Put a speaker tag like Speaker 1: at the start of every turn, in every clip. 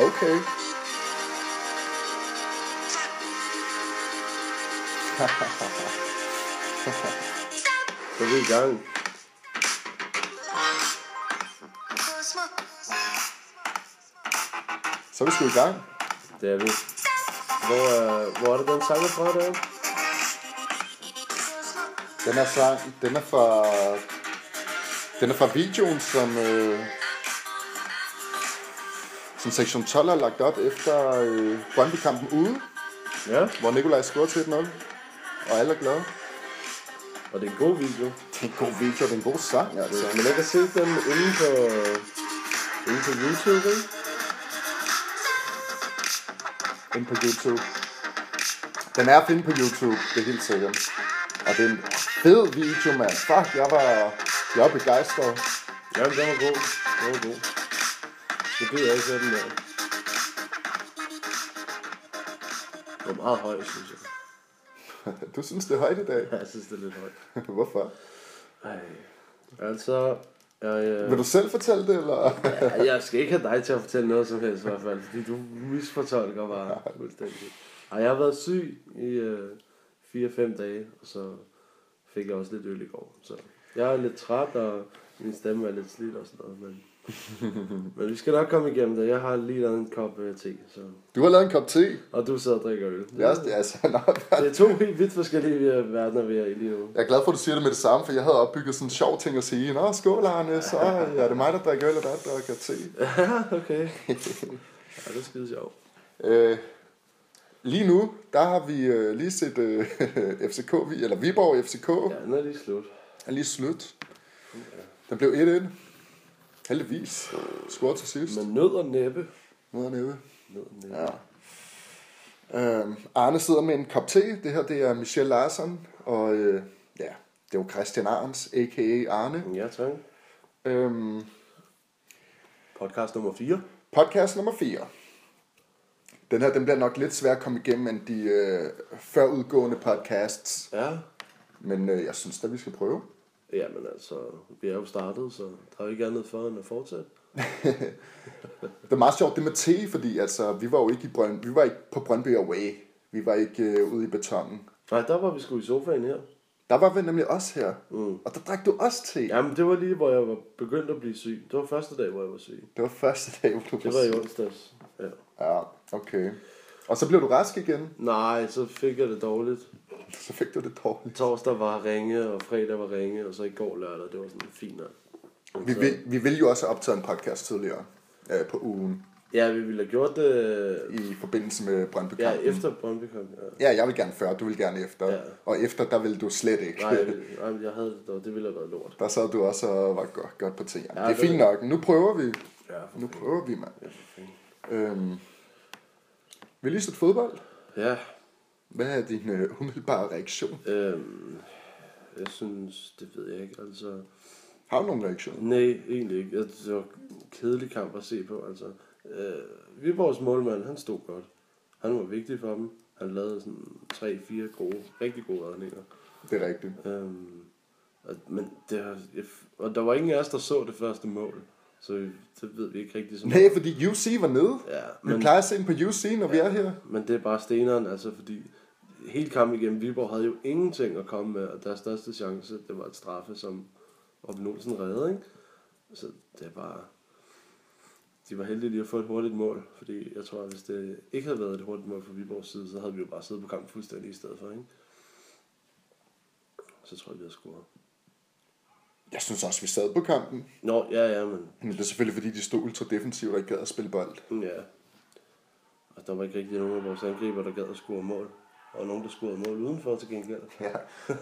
Speaker 1: Okay. Så er vi i gang. Så er vi sgu i gang.
Speaker 2: Det er vi.
Speaker 1: Hvor, øh, hvor er det den sang er fra, der?
Speaker 3: Den er fra, den er fra, den er fra videoen, som, øh, som sektion 12 har lagt op efter øh, Brøndby-kampen ude,
Speaker 2: Ja,
Speaker 3: hvor Nikolaj scorer til 1-0. Og alle er glade.
Speaker 2: og det er en god video.
Speaker 3: Det er en god video, det er en god sang, altså.
Speaker 2: Så man ikke har set den inde på, inde på YouTube, ikke?
Speaker 3: Ind på YouTube. Den er at finde på YouTube, det er helt sikkert. Og det er en fed video, mand. Fuck, jeg var, jeg var begejstret.
Speaker 2: Ja, men den var god. Den var god. Det gider jeg ikke have den der. Den var meget høj, synes jeg.
Speaker 3: Du synes, det er højt i dag.
Speaker 2: Ja, Jeg synes, det er lidt højt.
Speaker 3: Hvorfor?
Speaker 2: Ej. Altså, jeg, øh,
Speaker 3: Vil du selv fortælle det, eller?
Speaker 2: Ja, jeg skal ikke have dig til at fortælle noget som helst i hvert fald, fordi du misfortolker bare fuldstændig. Ej, jeg har været syg i øh, 4-5 dage, og så fik jeg også lidt øl i går. Så jeg er lidt træt, og min stemme er lidt slidt og sådan noget, men, men vi skal nok komme igennem det. Jeg har lige lavet en kop øh, te, så.
Speaker 3: Du har lavet en kop te.
Speaker 2: og du sidder og drikker øl. Det,
Speaker 3: Ja, det er altså, nå,
Speaker 2: det er to helt vidt forskellige øh, verdener, vi er i lige nu.
Speaker 3: jeg er glad for, at du siger det med det samme, for jeg havde opbygget sådan en sjov ting at sige. Nå, skål, Arne, så er det mig, der drikker øl, og der drikker te.
Speaker 2: Ja, okay. Ja, det er skide sjovt.
Speaker 3: Øh, lige nu, der har vi øh, lige set øh, FCK, vi- eller Viborg FCK,
Speaker 2: Ja, den er lige slut.
Speaker 3: er lige slut. Der blev 1-1. Heldigvis. Scoret til sidst.
Speaker 2: Men nød og næppe.
Speaker 3: Noget næppe.
Speaker 2: Nød og næppe.
Speaker 3: Ja. Øhm, Arne sidder med en kop te. Det her, det er Michelle Larsen. Og øh, ja, det er jo Christian Arns, a.k.a. Arne.
Speaker 2: Ja, tak.
Speaker 3: Øhm,
Speaker 2: Podcast nummer 4.
Speaker 3: podcast nummer 4. Den her, den bliver nok lidt svær at komme igennem end de øh, førudgående podcasts.
Speaker 2: Ja.
Speaker 3: Men øh, jeg synes da, vi skal prøve.
Speaker 2: Jamen altså, vi er jo startet, så der er jo ikke andet for end at fortsætte.
Speaker 3: Det er meget sjovt, det med te, fordi altså, vi var jo ikke, i Brøn, vi var ikke på Brøndby Away. Vi var ikke øh, ude i betongen.
Speaker 2: Nej, der var vi sgu i sofaen her.
Speaker 3: Der var vi nemlig også her.
Speaker 2: Mm.
Speaker 3: Og der drak du også te.
Speaker 2: Jamen, det var lige, hvor jeg var begyndt at blive syg. Det var første dag, hvor jeg var syg.
Speaker 3: Det var første dag, hvor du
Speaker 2: Det var i onsdags. Ja.
Speaker 3: Ja, okay. Og så blev du rask igen.
Speaker 2: Nej, så fik jeg det dårligt.
Speaker 3: Så fik du det dårligt.
Speaker 2: Torsdag var ringe, og fredag var ringe, og så i går lørdag, det var sådan fint nok.
Speaker 3: Vi vil, vi vil jo også optage en podcast tidligere øh, på ugen.
Speaker 2: Ja, vi ville have gjort det øh,
Speaker 3: I forbindelse med brøndby
Speaker 2: ja, efter Brøndby kom. Ja.
Speaker 3: Ja, jeg vil gerne før, du vil gerne efter.
Speaker 2: Ja.
Speaker 3: Og efter, der vil du slet ikke.
Speaker 2: Nej, jeg, ville- nej, men jeg havde det, dårligt. det ville have været lort.
Speaker 3: Der sad du også og var godt, godt på
Speaker 2: Ja,
Speaker 3: tingene. Ja, det er
Speaker 2: det-
Speaker 3: fint nok. Nu prøver vi.
Speaker 2: Ja, for
Speaker 3: Nu prøver vi, mand.
Speaker 2: fanden.
Speaker 3: Øhm, vil lige sætte fodbold?
Speaker 2: Ja,
Speaker 3: Hvad er din øh, umiddelbare reaktion?
Speaker 2: øhm, jeg synes, det ved jeg ikke, altså...
Speaker 3: Har du nogen reaktion?
Speaker 2: Nej, egentlig ikke. Jeg- Det var en kedelig kamp at se på. Altså, øh, Viborgs målmand, han stod godt. Han var vigtig for dem. Han lavede sådan 3-4 gode, rigtig gode redninger.
Speaker 3: Det er rigtigt.
Speaker 2: Øhm, og, men det, har- jeg f- og der var ingen af os, der så det første mål. Så det ved vi ikke rigtig så
Speaker 3: Nej, fordi UC var nede.
Speaker 2: Ja,
Speaker 3: Vi
Speaker 2: men-
Speaker 3: plejer at se den på UC, når vi er her.
Speaker 2: Men det er bare steneren, altså fordi hele kampen igennem Viborg havde jo ingenting at komme med, og deres største chance, det var et straffe, som Robin Olsen reddede, ikke? Så det er bare... De var heldige lige at få et hurtigt mål, fordi jeg tror, at hvis det ikke havde været et hurtigt mål fra Viborgs side, så havde vi jo bare siddet på kampen fuldstændig i stedet for, ikke? Så tror jeg, vi havde scoret.
Speaker 3: Jeg synes også, vi sad på kampen.
Speaker 2: Nå, ja, ja, men
Speaker 3: Men det er selvfølgelig, fordi de stod ultra defensivt og ikke gad at spille bold.
Speaker 2: ja. Og der var ikke rigtig nogen af vores angriber, der gad at score mål. Og nogen, der scorede mål udenfor til gengæld.
Speaker 3: Ja.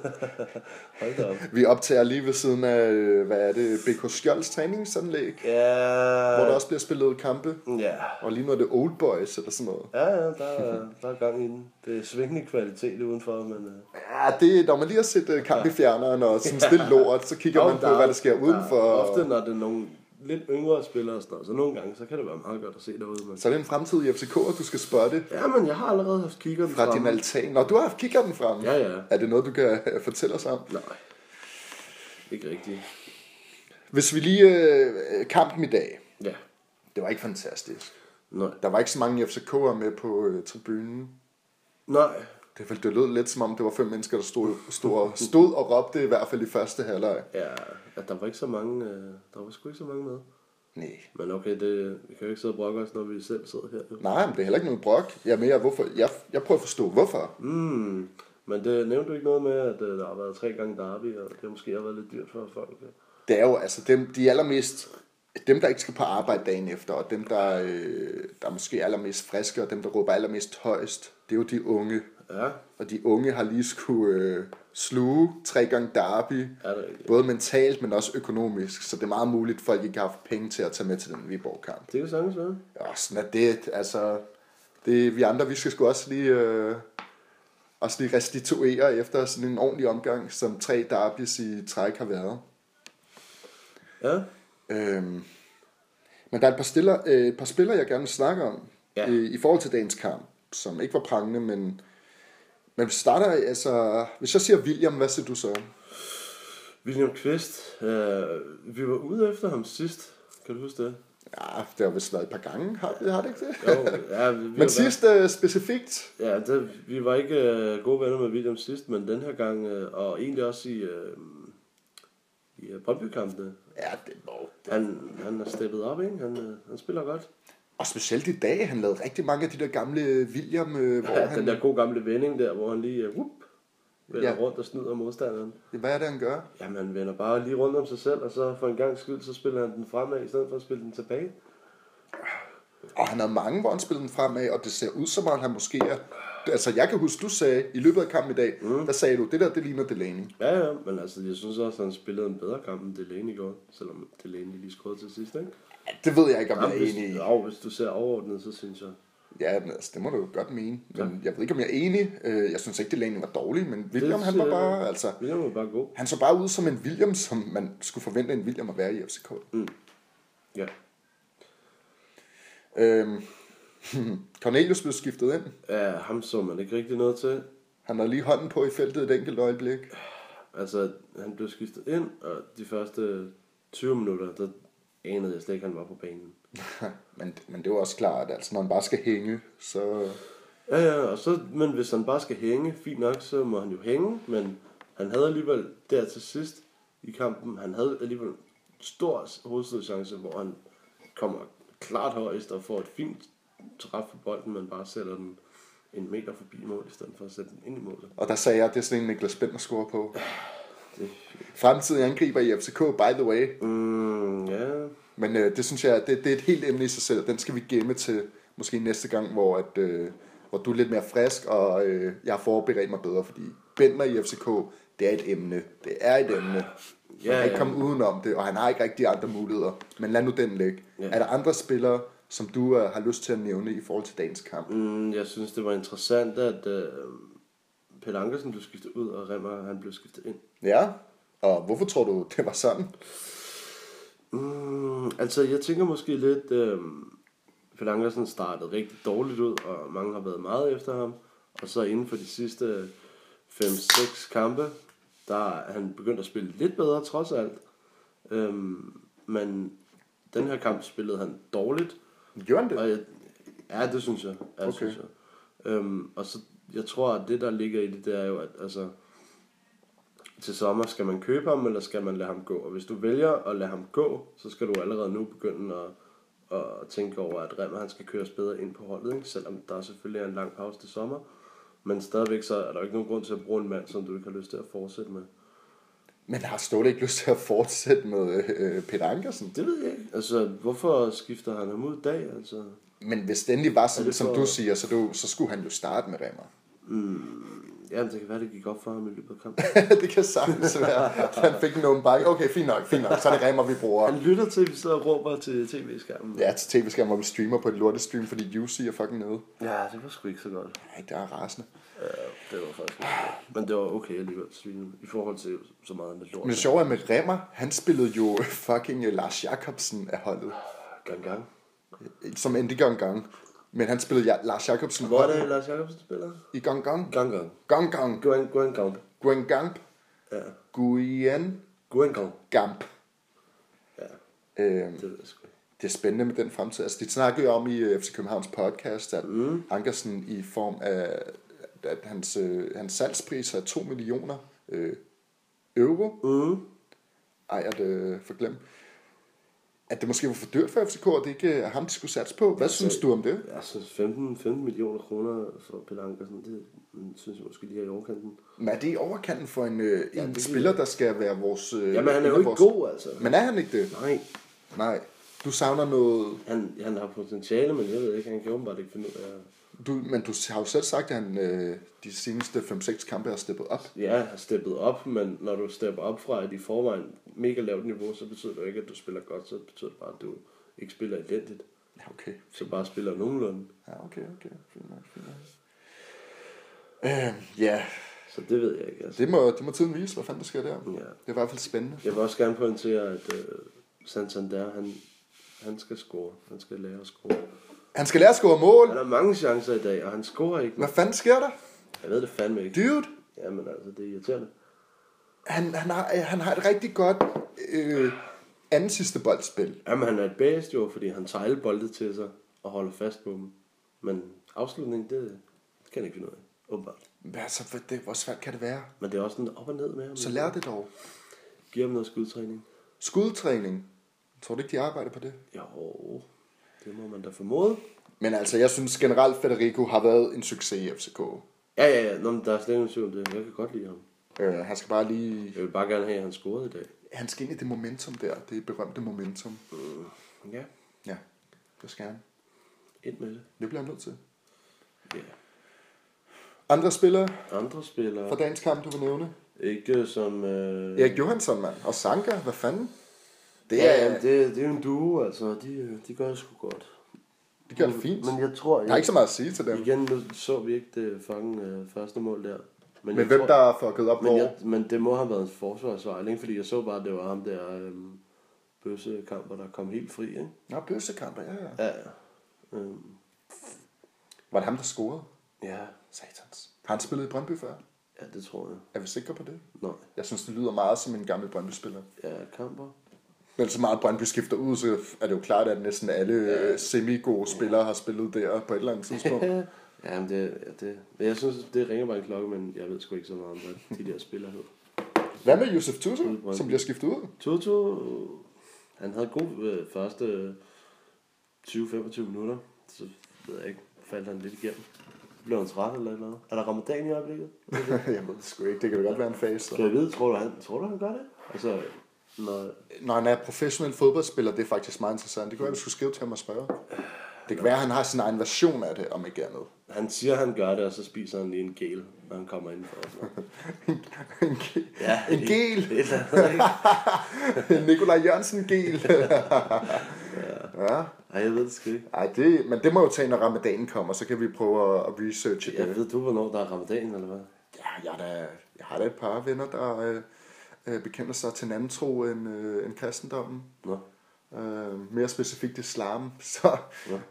Speaker 2: Hold da op.
Speaker 3: Vi optager lige ved siden af, øh, hvad er det, BK Skjolds træningsanlæg, ja.
Speaker 2: Ja.
Speaker 3: hvor der også bliver spillet kampe.
Speaker 2: Ja.
Speaker 3: Og lige nu er det Old Boys eller sådan noget.
Speaker 2: Ja, ja, der er, der er gang i den. Det er svingende kvalitet udenfor, men... Uh...
Speaker 3: Ja, det, når man lige har set øh, kamp i fjerneren og sådan stille lort, så kigger man på, hvad der sker udenfor.
Speaker 2: Ofte, når det er nogle lidt yngre spillere og sådan noget, så nogle gange, så kan det være meget godt at se derude. Men...
Speaker 3: Så er det en fremtid i FCK, at du skal spotte
Speaker 2: Ja, men jeg har allerede haft kigger
Speaker 3: fra din altan. Når du har haft kigger den frem.
Speaker 2: Ja, ja.
Speaker 3: Er det noget, du kan øh, fortælle os om?
Speaker 2: Nej. Ikke rigtigt.
Speaker 3: Hvis vi lige... Øh, kampen i dag.
Speaker 2: Ja.
Speaker 3: Det var ikke fantastisk.
Speaker 2: Nej.
Speaker 3: Der var ikke så mange FCK'er med på øh, tribunen.
Speaker 2: Nej.
Speaker 3: Det, vel- det lød lidt som om, det var fem mennesker, der stod, stod, stod og råbte i hvert fald i første halvleg.
Speaker 2: Ja, at der var ikke så mange, øh, der var sgu ikke så mange med.
Speaker 3: Nej.
Speaker 2: Men okay, det, vi kan jo ikke sidde og brokke os, når vi selv sidder her. Jo.
Speaker 3: Nej, men det er heller ikke noget brok. Jeg, er mere, hvorfor, jeg, jeg prøver at forstå, hvorfor.
Speaker 2: Mm. Men det nævnte du ikke noget med, at øh, der har været tre gange derby, og det måske har været lidt dyrt for folk. Ja.
Speaker 3: Det er jo altså dem, de allermest... Dem, der ikke skal på arbejde dagen efter, og dem, der, øh, der er måske allermest friske, og dem, der råber allermest højst, det er jo de unge.
Speaker 2: ja.
Speaker 3: Og de unge har lige skulle øh, sluge tre gange derby,
Speaker 2: Er det rigtigt?
Speaker 3: både mentalt, men også økonomisk. Så det er meget muligt, at folk ikke har haft penge til at tage med til den Viborg-kamp.
Speaker 2: Det kan sagtens være.
Speaker 3: Ja, sådan er det. Altså, det, vi andre, vi skal sgu også lige, øh, også lige restituere efter sådan en ordentlig omgang, som tre derbys i træk har været.
Speaker 2: Ja.
Speaker 3: Øhm, men der er et par, stiller, øh, et par spillere, jeg gerne vil snakke om
Speaker 2: Ja.
Speaker 3: ja. øh, i forhold til dagens kamp, som ikke var prangende, men, men vi starter, altså, hvis jeg siger William, hvad siger du så?
Speaker 2: William Kvist, øh, vi var ude efter ham sidst. Kan du huske det?
Speaker 3: Ja, det har vist været et par gange, har, har det ikke det?
Speaker 2: Jo, ja, vi, vi var-
Speaker 3: men sidst øh, specifikt,
Speaker 2: Ja, det, vi var ikke øh, gode venner med William sidst, men den her gang, øh, og egentlig også i, øh, i øh, Brøndby-kampene.
Speaker 3: ja, det må.
Speaker 2: Han, han har steppet op, ikke? Han, øh, han spiller godt.
Speaker 3: Og specielt i dag, han lavede rigtig mange af de der gamle William, øh, hvor
Speaker 2: Ja,
Speaker 3: han,
Speaker 2: den der gode gamle vending der, hvor han lige uh, whoop, vender
Speaker 3: Ja.
Speaker 2: ja. rundt og snyder modstanderen.
Speaker 3: hvad er det, han gør?
Speaker 2: Jamen, han vender bare lige rundt om sig selv, og så for en gang skyld, så spiller han den fremad, i stedet for at spille den tilbage.
Speaker 3: Og han havde mange, hvor han spillede den fremad, og det ser ud som om, han måske er... Altså, jeg kan huske, du sagde i løbet af kampen i dag, mm. der sagde du, det der, det ligner Delaney.
Speaker 2: Ja, ja, men altså, jeg synes også, at han spillede en bedre kamp, end Delaney gjorde, selvom Delaney lige scorede til sidst, ikke?
Speaker 3: Det ved jeg ikke, om jeg
Speaker 2: Jamen,
Speaker 3: er enig
Speaker 2: hvis,
Speaker 3: i.
Speaker 2: jo, hvis du ser overordnet, så synes jeg...
Speaker 3: Ja, men altså, det må du jo godt mene. Men jeg ved ikke, om jeg er enig. Øh, Jeg synes ikke, Delaney var dårlig, men William,
Speaker 2: Det
Speaker 3: han var
Speaker 2: ser-
Speaker 3: bare... Altså,
Speaker 2: William var bare god.
Speaker 3: han så bare ud som en William, som man skulle forvente en William at være i FCK.
Speaker 2: Mm. Ja.
Speaker 3: Øhm, Cornelius blev skiftet ind.
Speaker 2: ja, ham så man ikke rigtig noget til.
Speaker 3: Han har lige hånden på i feltet et enkelt øjeblik.
Speaker 2: Altså, han blev skiftet ind, og de første 20 minutter, der anede jeg slet ikke, at han var på banen.
Speaker 3: Men, men det var også klart, altså, når han bare skal hænge, så...
Speaker 2: Ja, ja, og så, men hvis han bare skal hænge, fint nok, så må han jo hænge, men han havde alligevel der til sidst i kampen, han havde alligevel en stor hovedstødchance, hvor han kommer klart højst og får et fint træf på bolden, men bare sætter den en meter forbi mål, i stedet for at sætte den ind i målet.
Speaker 3: Og der sagde jeg, at det er sådan en Niklas Bender scorer på.
Speaker 2: Det,
Speaker 3: Fremtidig angriber i FCK, by the way.
Speaker 2: mm, ja,
Speaker 3: Men øh, det synes jeg, det, det er et helt emne i sig selv. Den skal vi gemme til måske næste gang, hvor, at, øh, hvor du er lidt mere frisk, og øh, jeg har forberedt mig bedre, fordi Bender i FCK, det er et emne. Det er et emne. Man
Speaker 2: Ja,
Speaker 3: kan ikke
Speaker 2: ja.
Speaker 3: komme udenom det, og han har ikke rigtig andre muligheder. Men lad nu den ligge.
Speaker 2: Ja.
Speaker 3: Er der andre spillere, som du øh, har lyst til at nævne i forhold til dagens kamp?
Speaker 2: Mm, jeg synes, det var interessant, at øh, Peter Ankersen blev skiftet ud, og Remmer han blev skiftet ind.
Speaker 3: Ja, og hvorfor tror du, det var sådan?
Speaker 2: Mm, altså, jeg tænker måske lidt, øh, Peter Ankersen startede rigtig dårligt ud, og mange har været meget efter ham. Og så inden for de sidste 5-6 kampe, der er han begyndt at spille lidt bedre trods alt. Øhm, men den her kamp spillede han dårligt,
Speaker 3: Gjorde han det?
Speaker 2: Og jeg, ja, det synes jeg. Ja, okay.
Speaker 3: Okay.
Speaker 2: synes jeg. Øhm, og så, jeg tror, at det, der ligger i det, det er jo, at altså, til sommer skal man købe ham, eller skal man lade ham gå? Og hvis du vælger at lade ham gå, så skal du allerede nu begynde at, at tænke over, at Remmer han skal køres bedre ind på holdet, ikke? selvom der selvfølgelig er en lang pause til sommer. Men stadigvæk så er der jo ikke nogen grund til at bruge en mand, som du ikke har lyst til at fortsætte med.
Speaker 3: Men har Ståle ikke lyst til at fortsætte med øh, Peter Ankersen?
Speaker 2: Det ved jeg ikke. Altså, hvorfor skifter han ham ud i dag? Altså,
Speaker 3: Men hvis det endelig var
Speaker 2: Er
Speaker 3: sådan,
Speaker 2: det
Speaker 3: som
Speaker 2: for-
Speaker 3: du siger, så, du, så skulle han jo starte med Remmer.
Speaker 2: jamen, det kan være, det gik op for ham i løbet af kampen.
Speaker 3: det kan sagtens være. Han fik en åbenbaring. Okay, fint nok, fint nok. Så er det Remmer, vi bruger.
Speaker 2: Han lytter til, at vi sidder og råber til tv-skærmen.
Speaker 3: Ja, til tv-skærmen, hvor vi streamer på et lortestream, fordi UC er fucking nede.
Speaker 2: Ja, det var sgu ikke så godt.
Speaker 3: Nej, det er rasende.
Speaker 2: Det var faktisk ikke så godt. Men det var okay alligevel, svine, i forhold til så meget med lort.
Speaker 3: Men det sjove er med Remmer, han spillede jo fucking øh, Lars Jakobsen af holdet.
Speaker 2: Gang, gang.
Speaker 3: Som endte i gang gang. Men han spillede ja, Lars Jakobsen
Speaker 2: Hvor er det, Lars Jacobsen spiller?
Speaker 3: i gang gang.
Speaker 2: Gang, gang.
Speaker 3: Gang gang.
Speaker 2: Guang, guang, gang.
Speaker 3: Guen Gamp.
Speaker 2: Ja.
Speaker 3: Guen
Speaker 2: Guang, gang.
Speaker 3: Gamp.
Speaker 2: Ja,
Speaker 3: Øhm,
Speaker 2: det ved jeg sgu ikke.
Speaker 3: Det det er spændende med den fremtid. Altså, de snakkede jo om i øh, FC Københavns podcast, at mm. Ankersen i form af, at hans, øh, hans salgspris er 2 millioner øh, euro.
Speaker 2: Mm.
Speaker 3: Ej, at øh, forglem. At det måske var for dyrt for FCK, at det ikke er ham, de skulle satse på. Hvad synes du om det?
Speaker 2: Jeg synes 15, 15 millioner kroner for Pelle Ankersen, det mm, synes jeg måske lige er i overkanten.
Speaker 3: Men er det i overkanten for en, øh, en
Speaker 2: det
Speaker 3: ja,
Speaker 2: er-
Speaker 3: spiller, der skal være vores... Øh,
Speaker 2: Jamen, han
Speaker 3: en
Speaker 2: er
Speaker 3: af
Speaker 2: jo ikke
Speaker 3: vores...
Speaker 2: god, altså.
Speaker 3: Men er han ikke det?
Speaker 2: Nej,
Speaker 3: Nej. Du savner noget...
Speaker 2: han, han har potentiale, men jeg ved ikke, han kan åbenbart ikke finde ud af... at-
Speaker 3: Du, men du har jo selv sagt, at han øh, de seneste 5-6 kampe har steppet op.
Speaker 2: Ja, har steppet op, men når du stepper op fra et i forvejen mega lavt niveau, så betyder det jo ikke, at du spiller godt, så betyder det bare, at du ikke spiller elendigt.
Speaker 3: Ja, okay.
Speaker 2: Så bare spiller nogenlunde.
Speaker 3: Ja, okay, okay. Fint nok, fint nok. Øh, ja,
Speaker 2: Så det ved jeg ikke, altså.
Speaker 3: det må, det må tiden vise, hvad fanden der sker der.
Speaker 2: Ja.
Speaker 3: Det er i hvert fald spændende.
Speaker 2: Jeg vil også gerne pointere, at øh, Santander, han, han skal score. Han skal lære at score.
Speaker 3: Han skal lære at score mål.
Speaker 2: Han har mange chancer i dag, og han scorer ikke.
Speaker 3: Hvad fanden sker der?
Speaker 2: Jeg ved det fandme ikke.
Speaker 3: Dude,
Speaker 2: Jamen altså, det er irriterende.
Speaker 3: han, han, har, øh, han har et rigtig godt øh, anden sidste boldspil.
Speaker 2: Jamen, han er et bedst jo, fordi han tager alle bolde til sig og holder fast på dem. Men afslutningen, det kan jeg ikke finde ud af, åbenbart.
Speaker 3: Hvad så, for det, hvor svært kan det være?
Speaker 2: Men det er også sådan op og ned med ham.
Speaker 3: Så lær det dog.
Speaker 2: Giv ham noget skudtræning.
Speaker 3: Skudtræning. Tror du ikke, de arbejder på det?
Speaker 2: Jo, det må man da formode.
Speaker 3: Men altså, jeg synes generelt, Federico har været en succes i FCK.
Speaker 2: Ja, ja, ja. Nå, men der er slet ingen tvivl om det. Jeg kan godt lide ham.
Speaker 3: Øh, han skal bare lige...
Speaker 2: Jeg vil bare gerne have, at han scorede i dag.
Speaker 3: Han skal ind i det momentum der. Det berømte momentum.
Speaker 2: Ja,
Speaker 3: Ja, det skal han.
Speaker 2: ind med det.
Speaker 3: Det bliver han nødt til.
Speaker 2: Ja.
Speaker 3: Andre spillere
Speaker 2: Andre spillere.
Speaker 3: fra dagens kamp, du vil nævne?
Speaker 2: Ikke som... Øh...
Speaker 3: Erik Johansson, mand. Og Sanka, hvad fanden? Det
Speaker 2: ja,
Speaker 3: er,
Speaker 2: ja,
Speaker 3: det,
Speaker 2: det, det er jo en duo, altså. De, øh, de gør det sgu godt.
Speaker 3: det gør det fint.
Speaker 2: Men jeg tror... Jeg...
Speaker 3: Der er ikke så meget at sige til dem.
Speaker 2: Igen, nu så vi ikke det fucking øh, første mål der. Men,
Speaker 3: Men
Speaker 2: jeg
Speaker 3: hvem
Speaker 2: tror-
Speaker 3: der er fucket op
Speaker 2: men,
Speaker 3: hvor?
Speaker 2: jeg, men det må have været en forsvarsfejl, ikke? Fordi jeg så bare, at det var ham der... Øh, bøssekamper, der kom helt fri, ikke?
Speaker 3: Nå, bøssekamper, ja, ja.
Speaker 2: Ja, ja. Øhm,
Speaker 3: Var det ham, der scorede?
Speaker 2: ja.
Speaker 3: Satans. Har han spillet i Brøndby før?
Speaker 2: ja, det tror jeg.
Speaker 3: Er vi sikre på det?
Speaker 2: Nej.
Speaker 3: Jeg synes, det lyder meget som en gammel Brøndby-spiller.
Speaker 2: Ja, kamper.
Speaker 3: Men så meget Brøndby skifter ud, så er det jo klart, at næsten alle øh, semi-gode spillere har spillet der på et eller andet tidspunkt.
Speaker 2: ja, men det, ja, det, men jeg synes, det ringer bare en klokke, men jeg ved sgu ikke så meget om, hvad de der spillere hedder.
Speaker 3: Hvad med Josef Tusse,
Speaker 2: Brøndby.
Speaker 3: som bliver skiftet ud?
Speaker 2: Toto, han havde god øh, første øh, 20-25 minutter, så ved jeg ikke, faldt han lidt igennem. Blev han træt eller et eller andet? Er der ramadan i øjeblikket?
Speaker 3: jeg ved det sgu ikke. Det kan da godt være en fase. så.
Speaker 2: Skal jeg vide, tror du, han, tror du, han gør det? Altså, når,
Speaker 3: Når han er øh, professionel fodboldspiller, det er faktisk meget interessant. Det kunne være, du skulle skrive til ham og spørge. Det kan være, at han har sin egen version af det, om ikke andet.
Speaker 2: han siger, han gør det, og så spiser han lige en gel, når han kommer indenfor. og sådan noget.
Speaker 3: en, ge-
Speaker 2: Ja,
Speaker 3: en gel.
Speaker 2: Et eller andet, ikke?
Speaker 3: Nikolaj Jørgensen gel. ja.
Speaker 2: Ej, jeg ved det sgu ikke.
Speaker 3: Ej, det, men det må jo tage, når ramadanen kommer, så kan vi prøve at, at researche
Speaker 2: Jeg
Speaker 3: det.
Speaker 2: ved du, hvornår der er ramadan, eller hvad?
Speaker 3: Ja, jeg, er da, jeg har da et par venner, der øh, øh, bekender sig til en anden tro end, øh, end kristendommen.
Speaker 2: Nå.
Speaker 3: Øh, mere specifikt islam. Så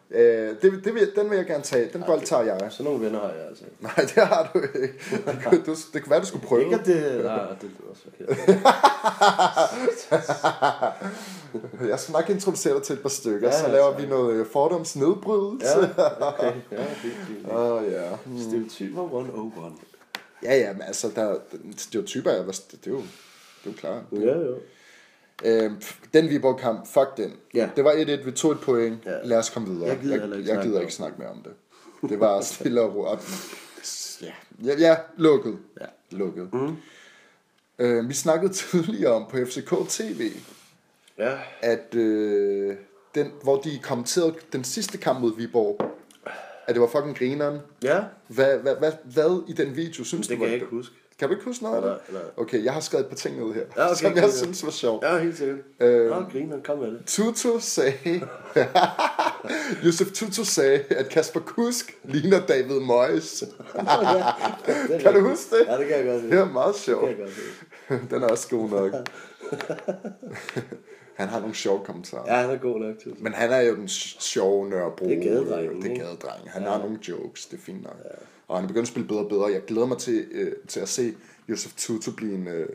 Speaker 3: øh, det, det vil, den vil jeg gerne tage. Den bold tager jeg.
Speaker 2: Sådan nogle venner har jeg altså.
Speaker 3: Nej, det har du ikke. Det kunne, du, det kunne være, du skulle prøve.
Speaker 2: Ikke at det... Nej, det lyder også forkert.
Speaker 3: Jeg skal nok introducere dig til et par stykker,
Speaker 2: Ja,
Speaker 3: ja, så
Speaker 2: ja,
Speaker 3: laver
Speaker 2: tak.
Speaker 3: vi noget øh, fordomsnedbrydelse.
Speaker 2: Ja, okay. Ja, det er fint.
Speaker 3: Åh, oh, ja.
Speaker 2: Stereotyper 101.
Speaker 3: Ja, ja, men altså, der, stereotyper er, det er jo, det er jo klart.
Speaker 2: Ja, jo.
Speaker 3: Øh, den Viborg-kamp, fuck den.
Speaker 2: Ja.
Speaker 3: Det var 1-1, vi tog et point.
Speaker 2: Ja.
Speaker 3: Ja. Lad os komme videre.
Speaker 2: Jeg gider heller
Speaker 3: jeg,
Speaker 2: ikke
Speaker 3: jeg
Speaker 2: snakke
Speaker 3: gider
Speaker 2: om
Speaker 3: ikke
Speaker 2: det.
Speaker 3: snakke mere om det. Det var stille og roligt. Ja. Ja, ja, lukket.
Speaker 2: Ja.
Speaker 3: Lukket. Mm. Øh, vi snakkede tidligere om på FCK TV,
Speaker 2: Ja.
Speaker 3: at øh, den, hvor de kommenterede den sidste kamp mod Viborg, at det var fucking grineren.
Speaker 2: Ja,
Speaker 3: Hvad, hvad, hvad, hvad i den video synes
Speaker 2: det
Speaker 3: du var
Speaker 2: kan jeg ikke huske.
Speaker 3: Kan du ikke huske noget af det?
Speaker 2: Nej, nej.
Speaker 3: Okay, jeg har skrevet et par ting ned her,
Speaker 2: Ja, okay,
Speaker 3: som jeg
Speaker 2: griner.
Speaker 3: synes var sjovt.
Speaker 2: Ja, helt sikkert.
Speaker 3: Øh.
Speaker 2: Øh... Nå, griner, kom med det.
Speaker 3: Tutu sagde... Josef Tutu sagde, at Kasper Kusk ligner David Moyes.
Speaker 2: det er
Speaker 3: Kan du
Speaker 2: rigtigt.
Speaker 3: huske det?
Speaker 2: Ja, det kan jeg godt se.
Speaker 3: Det er meget
Speaker 2: Det kan
Speaker 3: sjovt.
Speaker 2: jeg godt se.
Speaker 3: Den er også god nok. Han har nogle sjove kommentarer.
Speaker 2: Ja, han er god nok til det.
Speaker 3: Men han er jo den s- sjove Nørrebro.
Speaker 2: Det er gadedrengen,
Speaker 3: Det er
Speaker 2: ikke?
Speaker 3: gadedreng. Han ja. har nogle jokes, det er fint nok. Ja. Og han er begyndt at spille bedre og bedre. Jeg glæder mig til, øh, til at se Josef Tutu blive en, øh,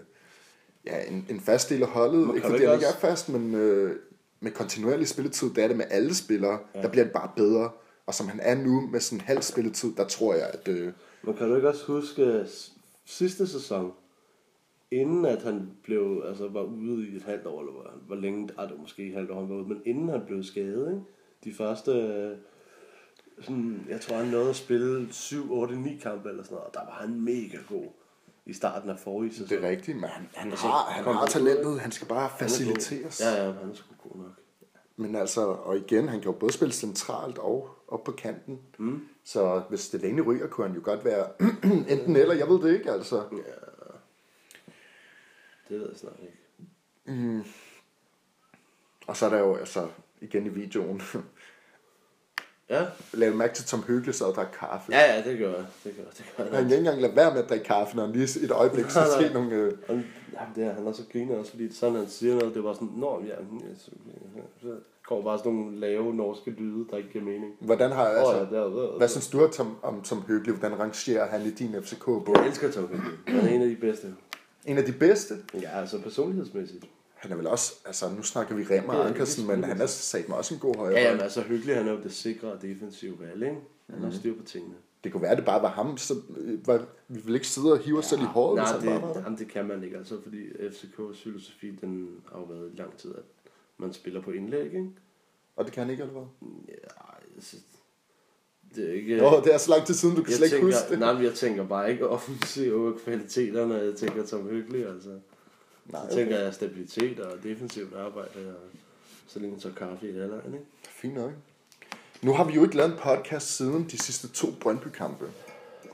Speaker 3: ja, en, en fast del af holdet. Ikke
Speaker 2: kan du
Speaker 3: fordi
Speaker 2: ikke
Speaker 3: han ikke
Speaker 2: også-
Speaker 3: er fast, men øh, med kontinuerlig spilletid, det er det med alle spillere, ja. der bliver det bare bedre. Og som han er nu med sådan halv spilletid, der tror jeg, at... Øh,
Speaker 2: Men kan du ikke også huske øh, s- sidste sæson, inden at han blev, altså var ude i et halvt år, eller hvor, hvor længe, ah, det var måske et halvt år, han var ude, men inden han blev skadet, ikke? de første, øh, sådan, jeg tror han nåede at spille 7, 8, 9 kampe eller sådan noget, og der var han mega god i starten af forrige sæson.
Speaker 3: det er rigtigt, men han, han,
Speaker 2: Altså,
Speaker 3: har, han
Speaker 2: kom
Speaker 3: har
Speaker 2: du-
Speaker 3: talentet, han skal bare
Speaker 2: Han er god.
Speaker 3: faciliteres.
Speaker 2: Ja, ja, han er sgu god nok.
Speaker 3: Men altså, og igen, han kan jo både spille centralt og op på kanten. Mm. Så hvis det længe ryger, kunne han jo godt være enten eller, jeg ved det ikke, altså.
Speaker 2: Det ved jeg snart ikke.
Speaker 3: Og så er der jo, altså, igen i videoen,
Speaker 2: Ja,
Speaker 3: lavet mærke til Tom Høgle, sad og drak kaffe.
Speaker 2: ja, ja det gør jeg. Det gør jeg. Det gør jeg.
Speaker 3: Han kan ikke engang lade være med at drikke kaffe, når han lige et øjeblik, så
Speaker 2: Nej, nej.
Speaker 3: sker nogle... Øh,
Speaker 2: Og jamen, det er, han er så griner også, fordi sådan han siger noget, det var sådan, nå, ja, ja, så, ja, så kommer bare sådan nogle lave norske lyde, der ikke giver mening.
Speaker 3: hvordan har...
Speaker 2: Åh,
Speaker 3: Altså,
Speaker 2: ja, der, der,
Speaker 3: hvad
Speaker 2: der.
Speaker 3: synes du om Tom, om Tom Høgle? Hvordan rangerer han i din FCK-bog?
Speaker 2: Jeg elsker Tom Henry. Han er en af de bedste.
Speaker 3: En af de bedste?
Speaker 2: Ja, altså personlighedsmæssigt.
Speaker 3: Han er vel også... Altså, nu snakker vi Remmer
Speaker 2: Det er
Speaker 3: og Ankersen, men han er sat mig også en god højre.
Speaker 2: Ja, jamen, altså hyggelig, han er jo det sikre og defensive valg, ikke? Han
Speaker 3: Mhm.
Speaker 2: har styr på tingene.
Speaker 3: Det kunne være, det bare var ham, så øh, var, vi ville ikke sidde og hive os selv i håret,
Speaker 2: Nej,
Speaker 3: hvis han bare var
Speaker 2: det,
Speaker 3: der.
Speaker 2: jamen, det kan man ikke, altså, fordi FCK's filosofi, den har jo været i lang tid, at man spiller på indlæg, ikke?
Speaker 3: Og det kan han ikke, eller hvad?
Speaker 2: Ja, altså, det er ikke...
Speaker 3: Nå, det er så lang tid siden, du kan
Speaker 2: Jeg
Speaker 3: slet ikke
Speaker 2: tænker,
Speaker 3: huske det.
Speaker 2: nej, men jeg tænker bare ikke offensive kvaliteter, når jeg tænker Tom Hyggelig, altså.
Speaker 3: Nej,
Speaker 2: Så
Speaker 3: okay.
Speaker 2: tænker jeg stabilitet og defensivt arbejde, og så længe så kaffe i det eller andet, ikke?
Speaker 3: Fint nok. Nu har vi jo ikke lavet en podcast siden de sidste to Brøndby-kampe.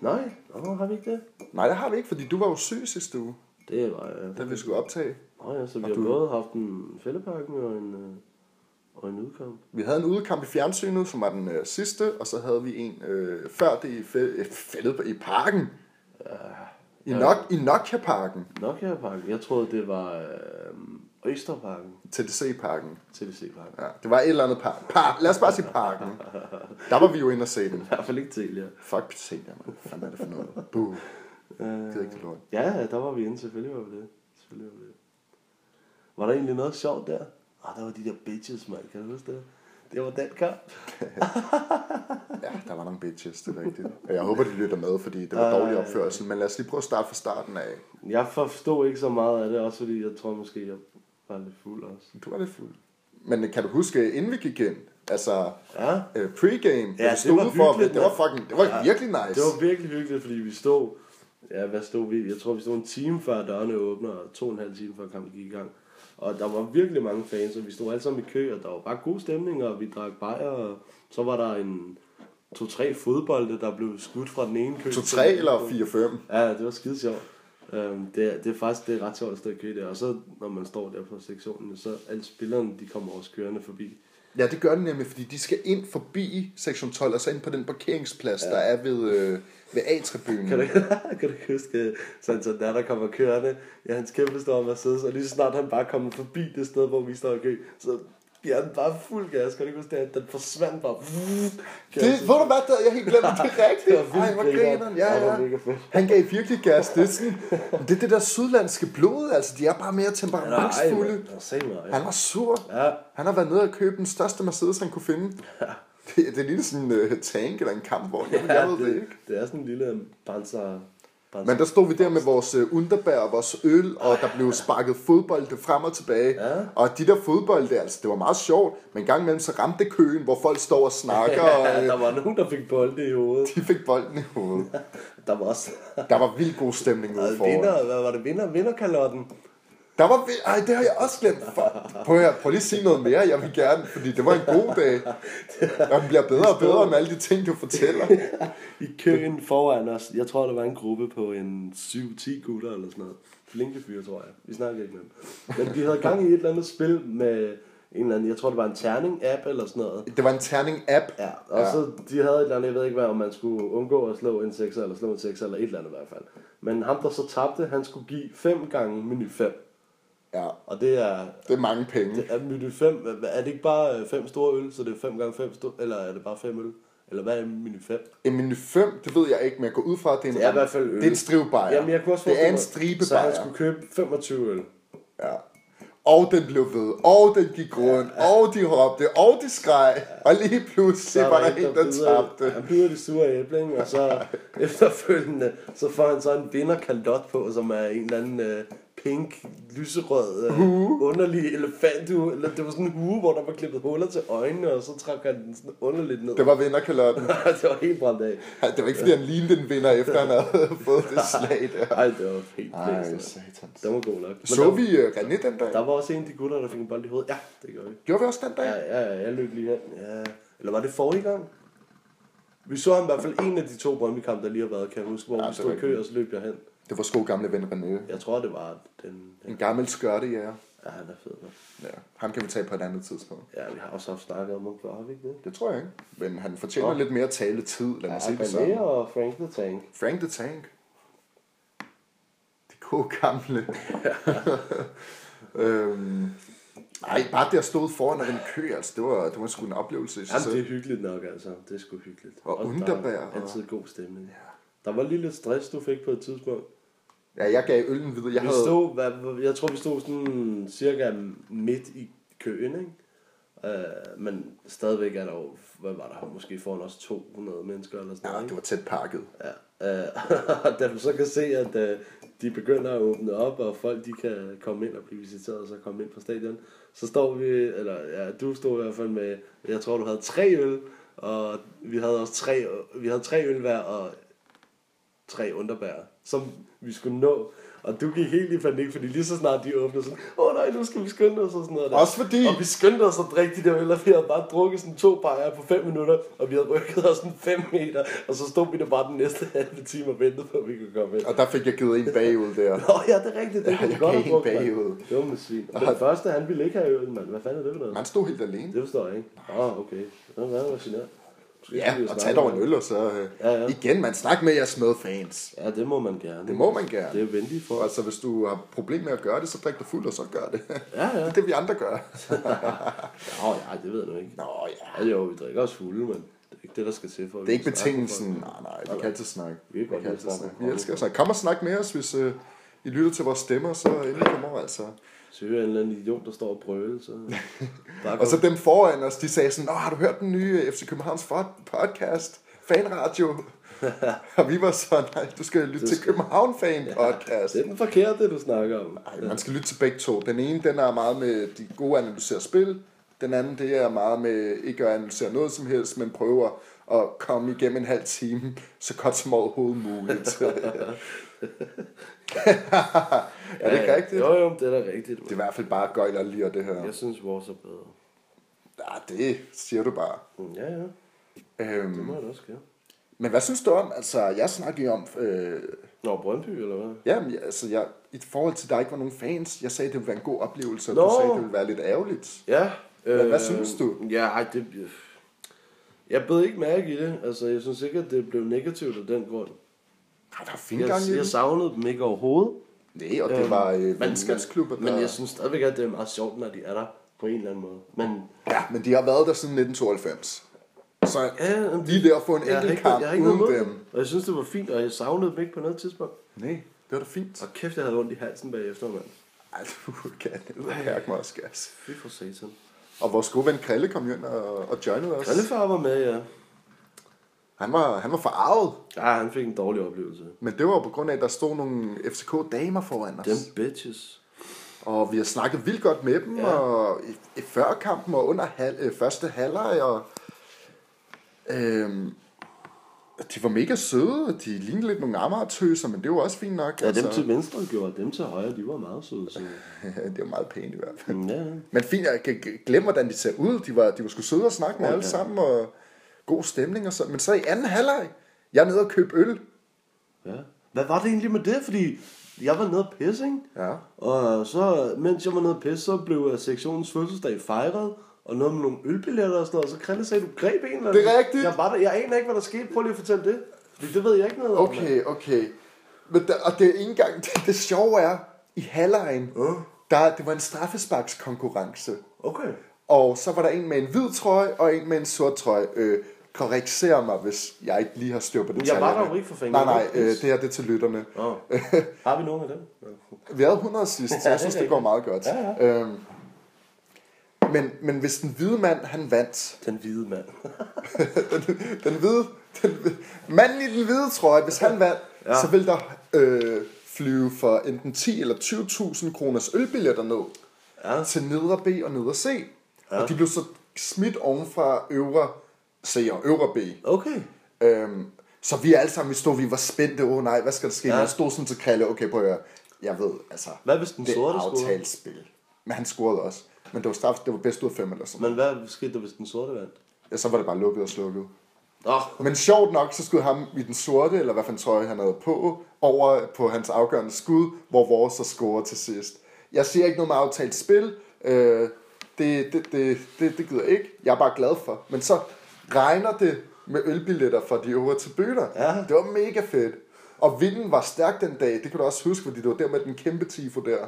Speaker 2: Nej, nå, har vi ikke det?
Speaker 3: Nej, det har vi ikke, fordi du var jo syg sidste uge,
Speaker 2: Det var jeg.
Speaker 3: da vi skulle optage.
Speaker 2: Nå ja, så vi
Speaker 3: Og
Speaker 2: har
Speaker 3: du-
Speaker 2: både haft en fældepakken og en, øh, og en udkamp.
Speaker 3: Vi havde en udekamp i fjernsynet, som var den øh, sidste, og så havde vi en øh, før det i, fæ- øh, fældet i parken.
Speaker 2: Øh,
Speaker 3: I, nok, I Nokia-parken,
Speaker 2: Nokia-pakken, jeg troede, det var øh, Østerparken,
Speaker 3: TDC-parken.
Speaker 2: TVC-pakken.
Speaker 3: Ja, det var et eller andet park. Par, lad os bare sige parken. Der var vi jo inde og se den.
Speaker 2: I hvert fald ikke til, ja.
Speaker 3: Fuck Petelia, mand. Hvad fanden er det for noget? Buh. Det er ikke lort.
Speaker 2: Ja, ja, der var vi inde, selvfølgelig var vi det. Selvfølgelig var vi det. Var der egentlig noget sjovt der? Ah, der var de der bitches, mand. Kan du huske det? Det var den kamp.
Speaker 3: Ja, der var nogle bitches, det er rigtigt. Og jeg håber, de lytter med, fordi det var dårlig opførsel. Men lad os lige prøve at starte fra starten af.
Speaker 2: Jeg forstod ikke så meget af det, også fordi jeg tror måske, jeg var lidt fuld også.
Speaker 3: Du var lidt fuld. Men øh, kan du huske, inden vi gik ind, altså
Speaker 2: Ja.
Speaker 3: øh, pregame,
Speaker 2: Ja,
Speaker 3: vi
Speaker 2: det
Speaker 3: stod
Speaker 2: var
Speaker 3: ude for,
Speaker 2: hyggeligt,
Speaker 3: det var
Speaker 2: mand.
Speaker 3: fucking, det var virkelig nice.
Speaker 2: Det var virkelig hyggeligt, fordi vi stod... Ja, hvad stod vi? Jeg tror, vi stod en time før dørene åbner, og to og en halv time før kampen gik i gang. Og der var virkelig mange fans, og vi stod alle sammen i kø, og der var bare god stemning, og vi drak bajer, og så var der en to-tre fodbolde, der blev skudt fra den ene kø. til
Speaker 3: 2-3
Speaker 2: den anden
Speaker 3: eller
Speaker 2: kø.
Speaker 3: 4-5.
Speaker 2: Ja, det var skide sjovt. Øhm, det, er, det er faktisk det er ret sjovt at stå i kø der. Og så når man står der på sektionen, så alle spillerne, de kommer også kørende forbi.
Speaker 3: Ja, det gør det nemlig, fordi de skal ind forbi sektion 12, og så ind på den parkeringsplads, der er ved, øh, ved A-tribunen.
Speaker 2: Kan du, kan du ikke huske, sådan så der, der kommer kørende, ja, hans kæmpe står Mercedes, og lige så snart han bare kommer forbi det sted, hvor vi står i kø, så giver han bare fuld gas. Kan du ikke huske det? at Den forsvandt bare.
Speaker 3: Det, ved du hvad, der, jeg helt glemt, det er rigtigt.
Speaker 2: Det var vildt
Speaker 3: Ej, hvor
Speaker 2: grineren.
Speaker 3: grineren. Ja,
Speaker 2: Ja, det var
Speaker 3: ja.
Speaker 2: mega fedt.
Speaker 3: Han gav virkelig gas. Det er, sådan, det er det der sydlandske blod, altså. De er bare mere temperamentsfulde.
Speaker 2: Nej, se mig.
Speaker 3: Han var sur.
Speaker 2: Ja.
Speaker 3: Han har været nede og købe den største Mercedes, han kunne finde. Det, det er lige sådan en uh, tank eller en kampvogn. Jeg, ja, jeg ved det ikke.
Speaker 2: det er sådan en lille banser.
Speaker 3: Men der stod vi der med vores uh, underbær og vores øl, og der blev sparket fodbold frem og tilbage. Ja. Og de der fodbold, det, altså, det var meget sjovt, men en gang imellem så ramte det køen, hvor folk står og snakker, og
Speaker 2: Ja,
Speaker 3: øh,
Speaker 2: der var nogen, der fik bolde i hovedet.
Speaker 3: de fik bolden i hovedet.
Speaker 2: Der var også
Speaker 3: Der var vildt god stemning ude
Speaker 2: Og
Speaker 3: foran.
Speaker 2: vinder, hvad var det, vinder, vinderkalotten.
Speaker 3: Der var vi... Ej, det har jeg også glemt. For... Prøv, her, prøv lige at sige noget mere, jeg vil gerne, fordi det var en god dag. Og den bliver bedre og bedre med alle de ting, du fortæller.
Speaker 2: I køen foran os, jeg tror, der var en gruppe på en 7-10 gutter eller sådan noget. Flinke fyre, tror jeg. Vi snakkede ikke med dem. Men de havde gang i et eller andet spil med en eller anden, jeg tror, det var en terning-app eller sådan noget.
Speaker 3: Det var en terning-app.
Speaker 2: Ja, og ja. så de havde et eller andet, jeg ved ikke hvad, om man skulle undgå at slå en 6 eller slå en 6 eller et eller andet i hvert fald. Men ham, der så tabte, han skulle give 5 gange menu 5.
Speaker 3: ja.
Speaker 2: Og det er,
Speaker 3: Det er mange penge.
Speaker 2: er menu 5, er det ikke bare 5 store øl, så det er 5 gange 5 store, eller er det bare 5 øl? Eller hvad er menu 5?
Speaker 3: En menu 5, det ved jeg ikke, men jeg går ud fra, at det er en,
Speaker 2: Det er i hvert fald øl.
Speaker 3: det er en strivbejer.
Speaker 2: Jamen, jeg kunne også
Speaker 3: det er
Speaker 2: forestille
Speaker 3: en
Speaker 2: mig, Så han
Speaker 3: stribebejer.
Speaker 2: skulle købe 25 øl.
Speaker 3: Ja. og den blev ved, og den gik rundt, og de råbte, og de skreg, og lige pludselig var der en, der
Speaker 2: bider-
Speaker 3: tabte.
Speaker 2: Han bider det sure æble, ikke? og så efterfølgende, så får han så en vinderkaldot på, som er en eller anden øh, pink, lyserød, øh, underlig elefanthue. Eller, det var sådan en hue, hvor der var klippet huller til øjnene, og så trak han den sådan underligt ned.
Speaker 3: Det var vinderkalotten.
Speaker 2: det var helt brændt af.
Speaker 3: Ej, Det var ikke, fordi han lignede en vinder, efter han havde fået det slag der.
Speaker 2: Ej, det var helt
Speaker 3: Ej,
Speaker 2: blæst.
Speaker 3: satans.
Speaker 2: Den var god nok. Men
Speaker 3: Så
Speaker 2: der,
Speaker 3: vi øh, René den dag?
Speaker 2: der var også en af de gutter, der fik en bold i hovedet. Ja, det gjorde vi.
Speaker 3: Gjorde vi også den dag?
Speaker 2: Ja, ja, ja, jeg løb lige hen. Ja. Eller var det forrige gang? Vi så ham i hvert fald en af de to brøndbykampe, der lige har været, kan jeg huske, hvor
Speaker 3: Ja,
Speaker 2: ja, vi
Speaker 3: det er
Speaker 2: stod i kø,
Speaker 3: rigtigt.
Speaker 2: og så løb jeg hen.
Speaker 3: Det var sko gamle ven René.
Speaker 2: Jeg tror, det var den...
Speaker 3: En gammel skørtejæger.
Speaker 2: Ja, han er fed. mand.
Speaker 3: Ja. Ham kan vi tage på et andet tidspunkt.
Speaker 2: Ja, vi har også haft snakket om ham før, har vi ikke det?
Speaker 3: Det tror jeg ikke. Men han fortjener lidt mere taletid, lad mig sige det
Speaker 2: René
Speaker 3: sådan.
Speaker 2: og Frank the Tank.
Speaker 3: Frank the Tank. De gode gamle. øhm, ej, bare det at stå foran af den kø, altså, det var, det var sgu en oplevelse i sig
Speaker 2: Jamen, det
Speaker 3: selv.
Speaker 2: er hyggeligt nok, altså. Det er sgu hyggeligt.
Speaker 3: Og
Speaker 2: der er
Speaker 3: Unterberg og-
Speaker 2: Altid god stemning. Der var lige lidt stress, du fik på et tidspunkt.
Speaker 3: Ja, jeg gav øllen videre. Jeg
Speaker 2: Vi
Speaker 3: havde,
Speaker 2: stod, hvad, hvad- jeg tror, vi stod sådan cirka midt i køen, ikke? Øh, men stadigvæk er der jo, hvad var der, måske foran os 200 mennesker eller sådan
Speaker 3: ja,
Speaker 2: noget,
Speaker 3: det
Speaker 2: ikke?
Speaker 3: var tæt pakket.
Speaker 2: Ja. Øh, da du så kan se, at øh, de begynder at åbne op, og folk de kan komme ind og blive visiteret, og så komme ind på stadion, så står vi, eller ja, du stod i hvert fald med, jeg tror, du havde tre øl, og vi havde også tre, vi havde tre øl hver, og tre underbær, som vi skulle nå. Og du gik helt i panik, fordi lige så snart de åbnede sådan, åh nej, nu skal vi skynde os og sådan noget. Der.
Speaker 3: Også fordi-
Speaker 2: Og vi skyndte os at drikke de der øl, og vi havde bare drukket sådan to bajer på 5 minutter, og vi havde rykket os sådan 5 meter, og så stod vi der bare den næste halve time og ventede på, at vi kunne komme ind.
Speaker 3: Og der fik jeg givet en bagud der.
Speaker 2: Nå ja, det er rigtigt, det
Speaker 3: Ja,
Speaker 2: kunne vi
Speaker 3: jeg
Speaker 2: godt
Speaker 3: gav
Speaker 2: have brugt,
Speaker 3: hende
Speaker 2: mand.
Speaker 3: bagud.
Speaker 2: Det var med svin. Og den første, han ville ikke have øl, mand. Hvad fanden er det for noget?
Speaker 3: Man stod helt alene.
Speaker 2: Det forstår jeg ikke. Åh, oh, okay. Nå, hvad var genert. Måske skal vi
Speaker 3: Ja,
Speaker 2: jo
Speaker 3: og
Speaker 2: snakke
Speaker 3: tag
Speaker 2: om
Speaker 3: dog en
Speaker 2: det.
Speaker 3: øl, og så øh,
Speaker 2: Ja, ja.
Speaker 3: igen, man snak med jeres medfans.
Speaker 2: Ja, det må man gerne.
Speaker 3: Det må man gerne.
Speaker 2: Det er venligt for
Speaker 3: Og
Speaker 2: os.
Speaker 3: altså, hvis du har problemer med at gøre det, så drik dig fuld, og så gør det.
Speaker 2: Ja, ja.
Speaker 3: Det er det, vi andre gør.
Speaker 2: Nå, ja, det ved jeg nu ikke.
Speaker 3: Nå ja,
Speaker 2: Ja, jo, vi drikker også fulde, men det er ikke det, der skal til for. at
Speaker 3: det er
Speaker 2: vi
Speaker 3: ikke
Speaker 2: kan snakke med
Speaker 3: betingelsen. Nej, nej, vi kan altid snakke.
Speaker 2: Vi kan godt
Speaker 3: kan
Speaker 2: lide at
Speaker 3: altid
Speaker 2: snakke.
Speaker 3: snakke. Vi elsker at snakke. Kom og snak med os, hvis øh, I lytter til vores stemmer, så endelig kom over, altså.
Speaker 2: folk. Så hører jeg en eller anden idiot, der står og brøler, så... Bare
Speaker 3: Og så dem foran os, de sagde sådan, Åh, har du hørt den nye øh, FC Københavns fod- podcast? Fanradio. og vi var sådan, nej, du skal lytte til København Fan podcast.
Speaker 2: Det er den forkerte, du snakker om.
Speaker 3: Ej, man skal lytte til begge to. Den ene, den er meget med de gode analyserer spil. Den anden, det er meget med ikke at analysere noget som helst, men prøver at komme igennem en halv time, så godt som overhovedet muligt. er det ikke rigtigt?
Speaker 2: Jo, jo, det er da rigtigt.
Speaker 3: Det er i
Speaker 2: Man.
Speaker 3: hvert fald bare gøjl og lir, det her.
Speaker 2: Jeg synes, vores er bedre.
Speaker 3: Ah, det siger du bare.
Speaker 2: Mm, Ja, ja. Det
Speaker 3: Øhm,
Speaker 2: må jeg da også gøre.
Speaker 3: men hvad synes du om, altså jeg snakkede jo om, øh,
Speaker 2: Nå, Brøndby, eller hvad?
Speaker 3: jamen, jeg- altså jeg, i forhold til, at der ikke var nogen fans, jeg sagde, det ville være en god oplevelse, og
Speaker 2: Nå.
Speaker 3: du sagde, det ville være lidt ærgerligt.
Speaker 2: Ja. øh,
Speaker 3: Hvad- hvad synes du?
Speaker 2: Ja, ej, det... Jeg bed ikke mærke i det. Altså, jeg synes ikke, at det blev negativt af den grund.
Speaker 3: Ej, der er fint
Speaker 2: Jeg,
Speaker 3: gang i
Speaker 2: jeg
Speaker 3: den.
Speaker 2: savnede dem ikke overhovedet.
Speaker 3: Nej, og
Speaker 2: Øhm,
Speaker 3: det var øh,
Speaker 2: men-
Speaker 3: venskabsklubber, der...
Speaker 2: Men jeg synes stadigvæk, at det er meget sjovt, når de er der på en eller anden måde. Men
Speaker 3: Ja, men de har været der siden 1992. Så
Speaker 2: Ja, ja, men-
Speaker 3: lige der at få en
Speaker 2: Jeg har
Speaker 3: enkelt
Speaker 2: ikke,
Speaker 3: kamp
Speaker 2: jeg har ikke noget
Speaker 3: uden
Speaker 2: mod dem.
Speaker 3: dem.
Speaker 2: Og jeg synes, det var fint, og jeg savnede dem ikke på noget tidspunkt.
Speaker 3: Nej, det var da fint.
Speaker 2: Og kæft, jeg havde ondt i halsen bagefter, mand.
Speaker 3: Ej, du kan mærke mig også, gas.
Speaker 2: Fy for satan.
Speaker 3: Og vores gode ven Krille kom jo ind og, og joinede os.
Speaker 2: Krillefar var med, ja.
Speaker 3: Han var, han var forarvet,
Speaker 2: Ja, han fik en dårlig oplevelse.
Speaker 3: men det var på grund af, at der stod nogle FCK-damer foran os.
Speaker 2: Dem bitches.
Speaker 3: Og vi har snakket vildt godt med dem, ja.
Speaker 2: Ja.
Speaker 3: og i, i før kampen og under hal, øh, første halvleg, og øhm, de var mega søde, og de lignede lidt nogle amagertøser, men det var også fint nok. altså.
Speaker 2: Ja, dem til venstre gjorde, og dem til højre, de var meget søde. Så.
Speaker 3: det var meget pænt i hvert fald.
Speaker 2: Mm, Ja, ja.
Speaker 3: Men fint, jeg kan g- glemme, hvordan de ser ud. De var, de var sgu søde at snakke med
Speaker 2: Ja,
Speaker 3: alle
Speaker 2: ja.
Speaker 3: sammen, og god stemning og sådan. Men så i anden halvleg, jeg er nede og købe øl.
Speaker 2: ja. Hvad var det egentlig med det? Fordi jeg var nede og pisse, ikke?
Speaker 3: Ja.
Speaker 2: Og så, mens jeg var nede og pisse, så blev øh, sektionens fødselsdag fejret. Og noget med nogle ølbilletter og sådan noget. Og så Krille sagde, du greb en eller anden.
Speaker 3: Det er rigtigt.
Speaker 2: Jeg, var der, jeg aner ikke, hvad der skete. Prøv lige at fortælle det. Fordi det ved jeg ikke noget om. mand.
Speaker 3: Okay, okay. Men der, og det er ikke engang... Det, det sjove er, i halvlejen, uh. der, det var en straffesparkskonkurrence.
Speaker 2: Okay.
Speaker 3: Og så var der en med en hvid trøje og en med en sort trøje. Øh, Korrekser mig, hvis jeg ikke lige har styr på det.
Speaker 2: Jeg var der jo ikke for fanden.
Speaker 3: Nej, nej, øh, det her det er til lytterne.
Speaker 2: Oh. Har vi nogen af dem?
Speaker 3: Vi havde 100 sidst, så jeg synes, det går meget godt.
Speaker 2: Ja,
Speaker 3: Øhm, men, men hvis den hvide mand, han vandt,
Speaker 2: Den hvide mand.
Speaker 3: den hvide, den hvide, manden i den hvide trøje, hvis han vandt, ja.
Speaker 2: Ja.
Speaker 3: så vil der øh, flyve for enten 10 eller 20.000 kroners ølbilletter ned
Speaker 2: Ja.
Speaker 3: til neder B og neder C. Ja. Og de blev så smidt ovenfra øvre C og øvre B.
Speaker 2: Okay.
Speaker 3: Øhm, så vi alle sammen, vi stod, vi var spændte, åh oh, nej, hvad skal der ske? Ja.
Speaker 2: Ja.
Speaker 3: Jeg stod sådan til Kalle, okay, prøv at høre. jeg ved, altså,
Speaker 2: Hvad hvis den
Speaker 3: det
Speaker 2: sorte
Speaker 3: er
Speaker 2: scorede?
Speaker 3: aftalt Men han scorede også. Men det var straf, det var bedst ud af fem eller sådan.
Speaker 2: Men hvad skete der, hvis den sorte vandt?
Speaker 3: Ja, så var det bare lukket og slukket.
Speaker 2: Åh,
Speaker 3: Men sjovt nok, så skød ham i den sorte, eller hvad for en trøje han havde på, over på hans afgørende skud, hvor vores så scorer til sidst. Jeg siger ikke noget med aftalt spil. Øh, det, det, det, det, det gider jeg ikke. Jeg er bare glad for. Men så regner det med ølbilletter fra de øvrige tribuner.
Speaker 2: Ja.
Speaker 3: Det var mega fedt. Og vinden var stærk den dag. Det kan du også huske, fordi det var der med den kæmpe tifo der. Ja,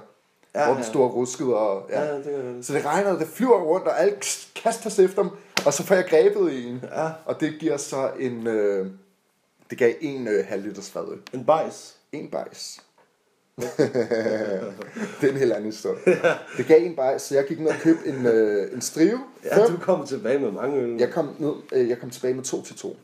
Speaker 2: Ja,
Speaker 3: hvor den
Speaker 2: ja.
Speaker 3: stod og ruskede. Og,
Speaker 2: Ja, ja, det kan jeg godt
Speaker 3: så det regner, og det flyver rundt, og alle kaster sig efter dem, og så får jeg grebet i en.
Speaker 2: Ja.
Speaker 3: Og det giver så en... Øh, det gav en øh, halv liters fadøl.
Speaker 2: en bajs.
Speaker 3: En bajs. det er en helt anden historie. Det gav en bajs, så jeg gik ned og købte en, øh, en strive.
Speaker 2: Ja,
Speaker 3: Fem.
Speaker 2: du kom tilbage med mange øl.
Speaker 3: Jeg kom, ned, øh, jeg kom tilbage med to til to.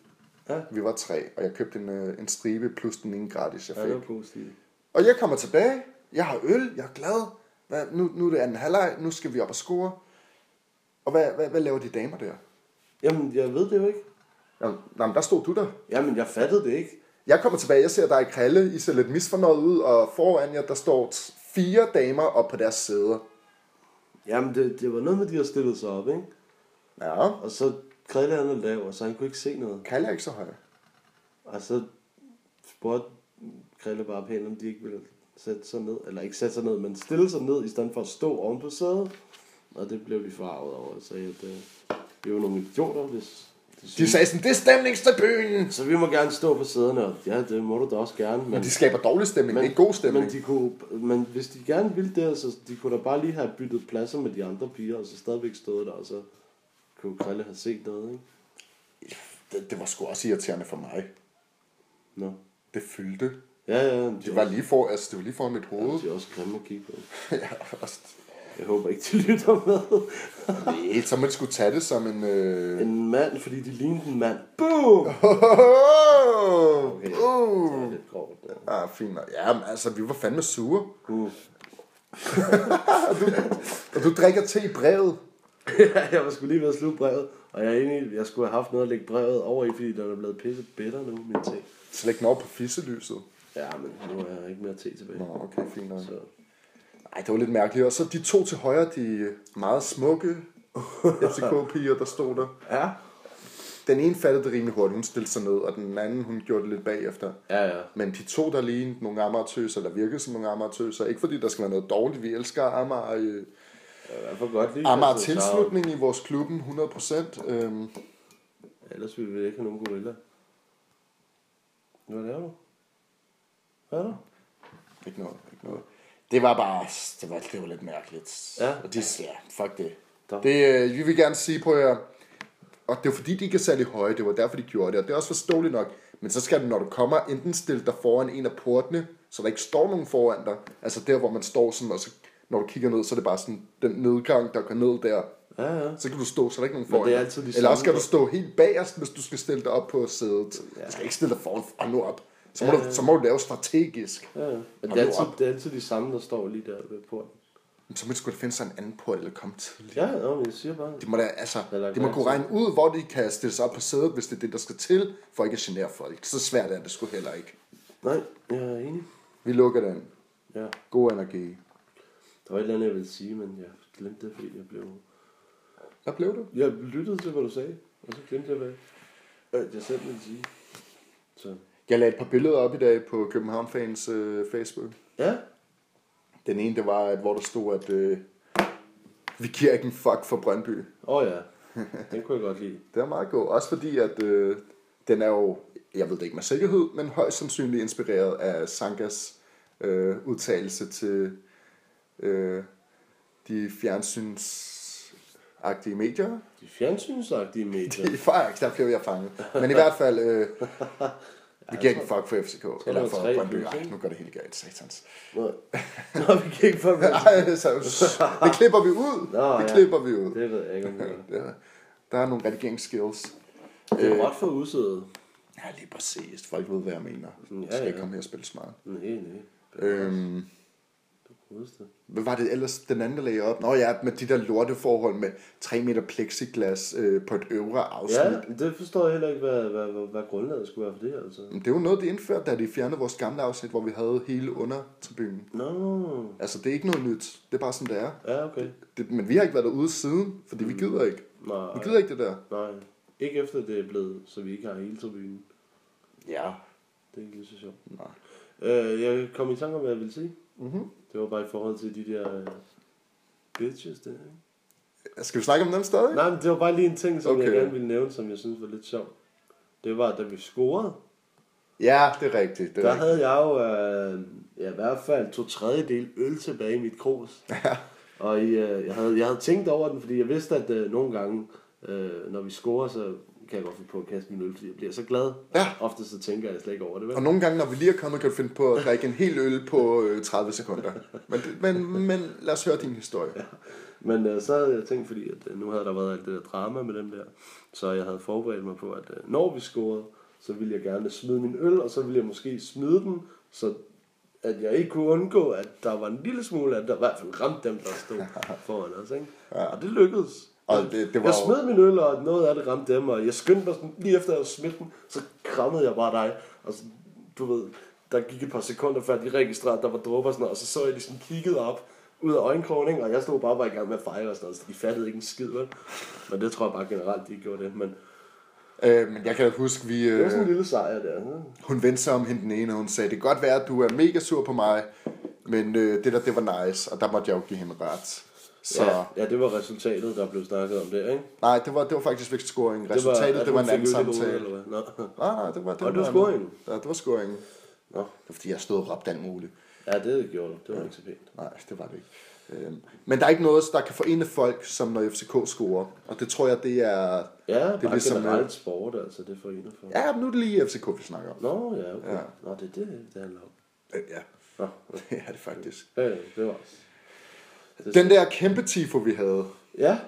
Speaker 2: Ja.
Speaker 3: Vi var tre, og jeg købte en, øh, en stribe plus den ene gratis, jeg
Speaker 2: Ja,
Speaker 3: fik.
Speaker 2: det var positivt.
Speaker 3: Og jeg kommer tilbage, jeg har øl, jeg er glad, hvad, nu, nu er det anden halvleg, nu skal vi op og score. Og hvad, hvad, hvad laver de damer der?
Speaker 2: Jamen, jeg ved det jo ikke.
Speaker 3: Jamen, nej, men der stod du der.
Speaker 2: Jamen, jeg fattede det ikke.
Speaker 3: Jeg kommer tilbage, jeg ser dig i kralle, I ser lidt misfornøjet ud, og foran jer, der står t- fire damer op på deres sæder.
Speaker 2: Jamen, det, det var noget med, de har stillet sig op, ikke?
Speaker 3: Ja,
Speaker 2: Og så Krille han er lav, og så han kunne ikke se noget.
Speaker 3: Kalle er ikke så høj.
Speaker 2: Og så spurgte Krille bare pænt, om de ikke ville sætte sig ned. Eller ikke sætte sig ned, men stille sig ned, i stedet for at stå oven på sædet. Og det blev de farvet over og sagde, at øh, vi var nogle idioter, hvis... De
Speaker 3: De
Speaker 2: synes.
Speaker 3: sagde sådan, det er stemningstribunen!
Speaker 2: Så vi må gerne stå på sæderne, og ja, det må du da også gerne, men...
Speaker 3: Men de skaber dårlig stemning, men, ikke god stemning.
Speaker 2: Men, de kunne, men hvis de gerne ville det, så de kunne da bare lige have byttet pladser med de andre piger, og så stadigvæk stået der, og så kunne Krille have set noget, ikke?
Speaker 3: det, det var sgu også irriterende for mig.
Speaker 2: Nå.
Speaker 3: Det fyldte.
Speaker 2: Ja, ja, men de,
Speaker 3: Det var lige, for, altså, det var lige foran mit hoved.
Speaker 2: de er også grimme at kigge på.
Speaker 3: ja, også.
Speaker 2: Jeg håber ikke, de lytter med.
Speaker 3: Nej, så må de skulle tage det som en... Øh...
Speaker 2: En mand, fordi de lignede en mand. Boom!
Speaker 3: Oh, okay.
Speaker 2: Det
Speaker 3: uh.
Speaker 2: er lidt grovt, ja.
Speaker 3: Ah, fint. nok. Ja, men altså, vi var fandme sure.
Speaker 2: Uh.
Speaker 3: Og du drikker te i brevet.
Speaker 2: jeg var sgu lige ved at slutte brevet, og jeg er enig, i, jeg skulle have haft noget at lægge brevet over i, fordi den er blevet pisse bitter nu, min te.
Speaker 3: Så læg den over på fisselyset.
Speaker 2: Ja, men nu er jeg ikke mere te tilbage.
Speaker 3: Nå, okay, fint nok.
Speaker 2: Så
Speaker 3: Ej, det var lidt mærkeligt. Og så de to til højre, de meget smukke FCK-piger, der stod der.
Speaker 2: Ja.
Speaker 3: Den ene fattede det rimelig hurtigt, hun stillede sig ned, og den anden, hun gjorde det lidt bagefter.
Speaker 2: Ja, ja.
Speaker 3: Men de to, der lignede nogle amatøser, eller virkede som nogle amatøser, ikke fordi der skal være noget dårligt, vi elsker Amager, øh,
Speaker 2: Jeg får godt lige...
Speaker 3: Amager
Speaker 2: altså, så-
Speaker 3: tilslutning i vores klubben, 100%. Øhm,
Speaker 2: Ellers ville vi ikke have nogen gorilla. Hvad laver du? Hvad er der?
Speaker 3: Ikke noget, ikke noget. Det var bare, det var, det var lidt mærkeligt.
Speaker 2: Ja.
Speaker 3: Og de, ja, fuck det.
Speaker 2: Der-
Speaker 3: det øh, vi vil gerne sige på jer, og det var fordi, de ikke er særlig høje, det var derfor, de gjorde det, og det er også forståeligt nok. Men så skal du, når du kommer, enten stille dig foran en af portene, så der ikke står nogen foran dig. Altså der, hvor man står sådan, og så, når du kigger ned, så er det bare sådan den nedgang, der går ned der.
Speaker 2: Ja, ja.
Speaker 3: Så kan du stå, så er der ikke nogen
Speaker 2: Men
Speaker 3: foran
Speaker 2: det er
Speaker 3: dig.
Speaker 2: altid de
Speaker 3: Eller også
Speaker 2: samme,
Speaker 3: skal du stå helt bagerst, hvis du skal stille dig op på sædet. Ja. Du skal ikke stille dig foran og nå op. Så må, du, så må du lave strategisk.
Speaker 2: ja, ja. Men
Speaker 3: Hold
Speaker 2: det
Speaker 3: nu
Speaker 2: er,
Speaker 3: op.
Speaker 2: altid, det er altid de samme, der står lige der ved porten.
Speaker 3: Men så må de sgu da finde sig en anden port eller komme tidligt.
Speaker 2: Ja, ja, men jeg siger bare...
Speaker 3: De må da, altså,
Speaker 2: Eller
Speaker 3: de må
Speaker 2: kan
Speaker 3: kunne regne ud, hvor de kan stille sig op på sædet, hvis det er det, der skal til, for ikke at genere folk. Så svært er det sgu heller ikke.
Speaker 2: Nej, jeg er enig.
Speaker 3: Vi lukker den.
Speaker 2: Ja.
Speaker 3: God energi.
Speaker 2: Der var et eller andet, jeg ville sige, men jeg glemte det, fordi jeg blev...
Speaker 3: Hvad blev det?
Speaker 2: Jeg lyttede til, hvad du sagde, og så glemte jeg, hvad øh, jeg selv ville sige. Så...
Speaker 3: Jeg lagde et par billeder op i dag på København Fans øh, Facebook.
Speaker 2: Ja,
Speaker 3: Den ene, det var, at, hvor der stod, at øh, vi giver ikke en fuck for Brøndby.
Speaker 2: åh oh, ja. Den kunne jeg godt lide.
Speaker 3: Det er meget god. Også fordi, at øh, den er jo, jeg ved det ikke med sikkerhed, men højst sandsynligt inspireret af Sankas øh, udtalelse til øh, de fjernsyns agtige medier.
Speaker 2: De fjernsynsagtige medier.
Speaker 3: I Ajax, der bliver jeg fanget. Men i hvert fald, øh, vi giver ikke en fuck for FCK. Eller
Speaker 2: var
Speaker 3: for
Speaker 2: tre
Speaker 3: Brøndby.
Speaker 2: plus,
Speaker 3: Ej,
Speaker 2: ikke?
Speaker 3: nu går det helt galt, satans.
Speaker 2: Nå, Nå, vi kan ikke få med.
Speaker 3: Ej, så, det klipper vi ud.
Speaker 2: Nå,
Speaker 3: det
Speaker 2: ja.
Speaker 3: klipper vi ud.
Speaker 2: Det ved jeg ikke, om det er.
Speaker 3: Ja. Der er nogle redigeringsskills.
Speaker 2: Det er ret for udsædet.
Speaker 3: Ja, lige præcis. Folk ved, hvad jeg mener.
Speaker 2: Ja,
Speaker 3: Ja, skal ikke
Speaker 2: ja.
Speaker 3: komme her og spille smart.
Speaker 2: Nej, nej.
Speaker 3: Øhm,
Speaker 2: Hovedstad.
Speaker 3: hvad var det ellers, den anden der lagde op? Nå ja, med de der lorteforhold med 3 meter plexiglas øh, på et øvre afsnit.
Speaker 2: Ja,
Speaker 3: Ja.
Speaker 2: det forstår jeg heller ikke, hvad, hvad, hvad, hvad grundlaget skulle være for det, altså.
Speaker 3: Det er jo noget, de indførte, da de fjernede vores gamle afsnit, hvor vi havde hele undertribunen.
Speaker 2: Nå,
Speaker 3: Altså, det er ikke noget nyt. Det er bare sådan, det er.
Speaker 2: ja, okay.
Speaker 3: Det, men vi har ikke været derude siden, fordi vi gider ikke.
Speaker 2: Nej.
Speaker 3: Vi gider ikke det der.
Speaker 2: Nej, ikke efter det er blevet, så vi ikke har hele tribunen.
Speaker 3: Ja.
Speaker 2: Det er ikke lige så sjovt.
Speaker 3: Nej.
Speaker 2: Øh, jeg kom i tanke om, hvad jeg ville sige.
Speaker 3: Mm-hmm.
Speaker 2: Det var bare i forhold til de der øh, bitches der, ikke?
Speaker 3: Skal vi snakke om dem stadig?
Speaker 2: Nej, men det var bare lige en ting, som okay. jeg
Speaker 3: Okay.
Speaker 2: gerne ville nævne, som jeg synes var lidt sjov. Det var, da vi scorede,
Speaker 3: Ja, det er rigtigt. Det
Speaker 2: der
Speaker 3: er rigtigt.
Speaker 2: havde jeg jo øh, ja, i hvert fald to tredjedel øl tilbage i mit krus. og i, øh, jeg, havde, jeg havde tænkt over den, fordi jeg vidste, at øh, nogle gange, øh, når vi scorer, så kan jeg godt finde på at kaste min øl, fordi jeg bliver så glad.
Speaker 3: Ja.
Speaker 2: Ofte så tænker jeg slet ikke over det. Vel?
Speaker 3: Og nogle gange, når vi lige er kommet, kan du finde på at drikke en hel øl på øh, 30 sekunder. Men, men, men lad os høre din historie.
Speaker 2: Men øh, så havde jeg tænkt, fordi at, øh, nu havde der været alt det der drama med den der, så jeg havde forberedt mig på, at øh, når vi scorede, så ville jeg gerne smide min øl, og så ville jeg måske smide den, så at jeg ikke kunne undgå, at der var en lille smule, at der i hvert fald ramte dem, der stod foran os. Ikke? Ja. Og det lykkedes.
Speaker 3: Og det- det var
Speaker 2: jeg
Speaker 3: jo-
Speaker 2: smed min øl, og noget af det ramte dem, og jeg skyndte mig sådan, lige efter, at jeg smidte den, så krammede jeg bare dig. Og så, du ved, der gik et par sekunder, før de registrerede, at der var dråber og sådan noget, og så så jeg, de sådan kiggede op ud af øjenkrogen, ikke? og jeg stod bare og var i gang med at fejre og sådan noget, så de fattede ikke en skid, vel? Men det tror jeg bare generelt, de ikke gjorde det. Men
Speaker 3: Øh, men jeg kan huske, vi...
Speaker 2: det var sådan en
Speaker 3: Øh,
Speaker 2: lille sejr der. Huh?
Speaker 3: hun vendte sig om hende den ene, og hun sagde, det kan godt være, at du er mega sur på mig, men øh, det der, det var nice, og der måtte jeg jo give hende ret. Så
Speaker 2: Ja,
Speaker 3: ja.
Speaker 2: ja, det var resultatet, der blev snakket om der, ikke?
Speaker 3: nej, det var, det var faktisk ikke scoring. Resultatet, det var,
Speaker 2: at
Speaker 3: det var
Speaker 2: hun
Speaker 3: en anden
Speaker 2: fik øl i hovedet,
Speaker 3: samtale.
Speaker 2: eller hvad? Nå.
Speaker 3: Nej, nej, det var... Det
Speaker 2: Og det var
Speaker 3: andet.
Speaker 2: scoringen.
Speaker 3: Ja, det var scoringen.
Speaker 2: Nå.
Speaker 3: Det var, fordi jeg stod og råbte alt muligt.
Speaker 2: Ja, det gjorde du. Det var ikke så pænt.
Speaker 3: Nej, det var det ikke. Øhm, men der er ikke noget, der kan forene folk, som når FCK scorer. Og det tror jeg, det er...
Speaker 2: Ja, det
Speaker 3: det
Speaker 2: bare
Speaker 3: er ligesom...
Speaker 2: generelt
Speaker 3: øh,
Speaker 2: sport, altså det forener folk.
Speaker 3: Ja, nu er det lige FCK, vi snakker om.
Speaker 2: Nå, ja, okay.
Speaker 3: Ja.
Speaker 2: Nå, det er det, det handler om.
Speaker 3: Øh, Ja,
Speaker 2: Nå,
Speaker 3: det er det faktisk.
Speaker 2: øh, det var også.
Speaker 3: Den der kæmpe tifo, vi havde,
Speaker 2: Ja,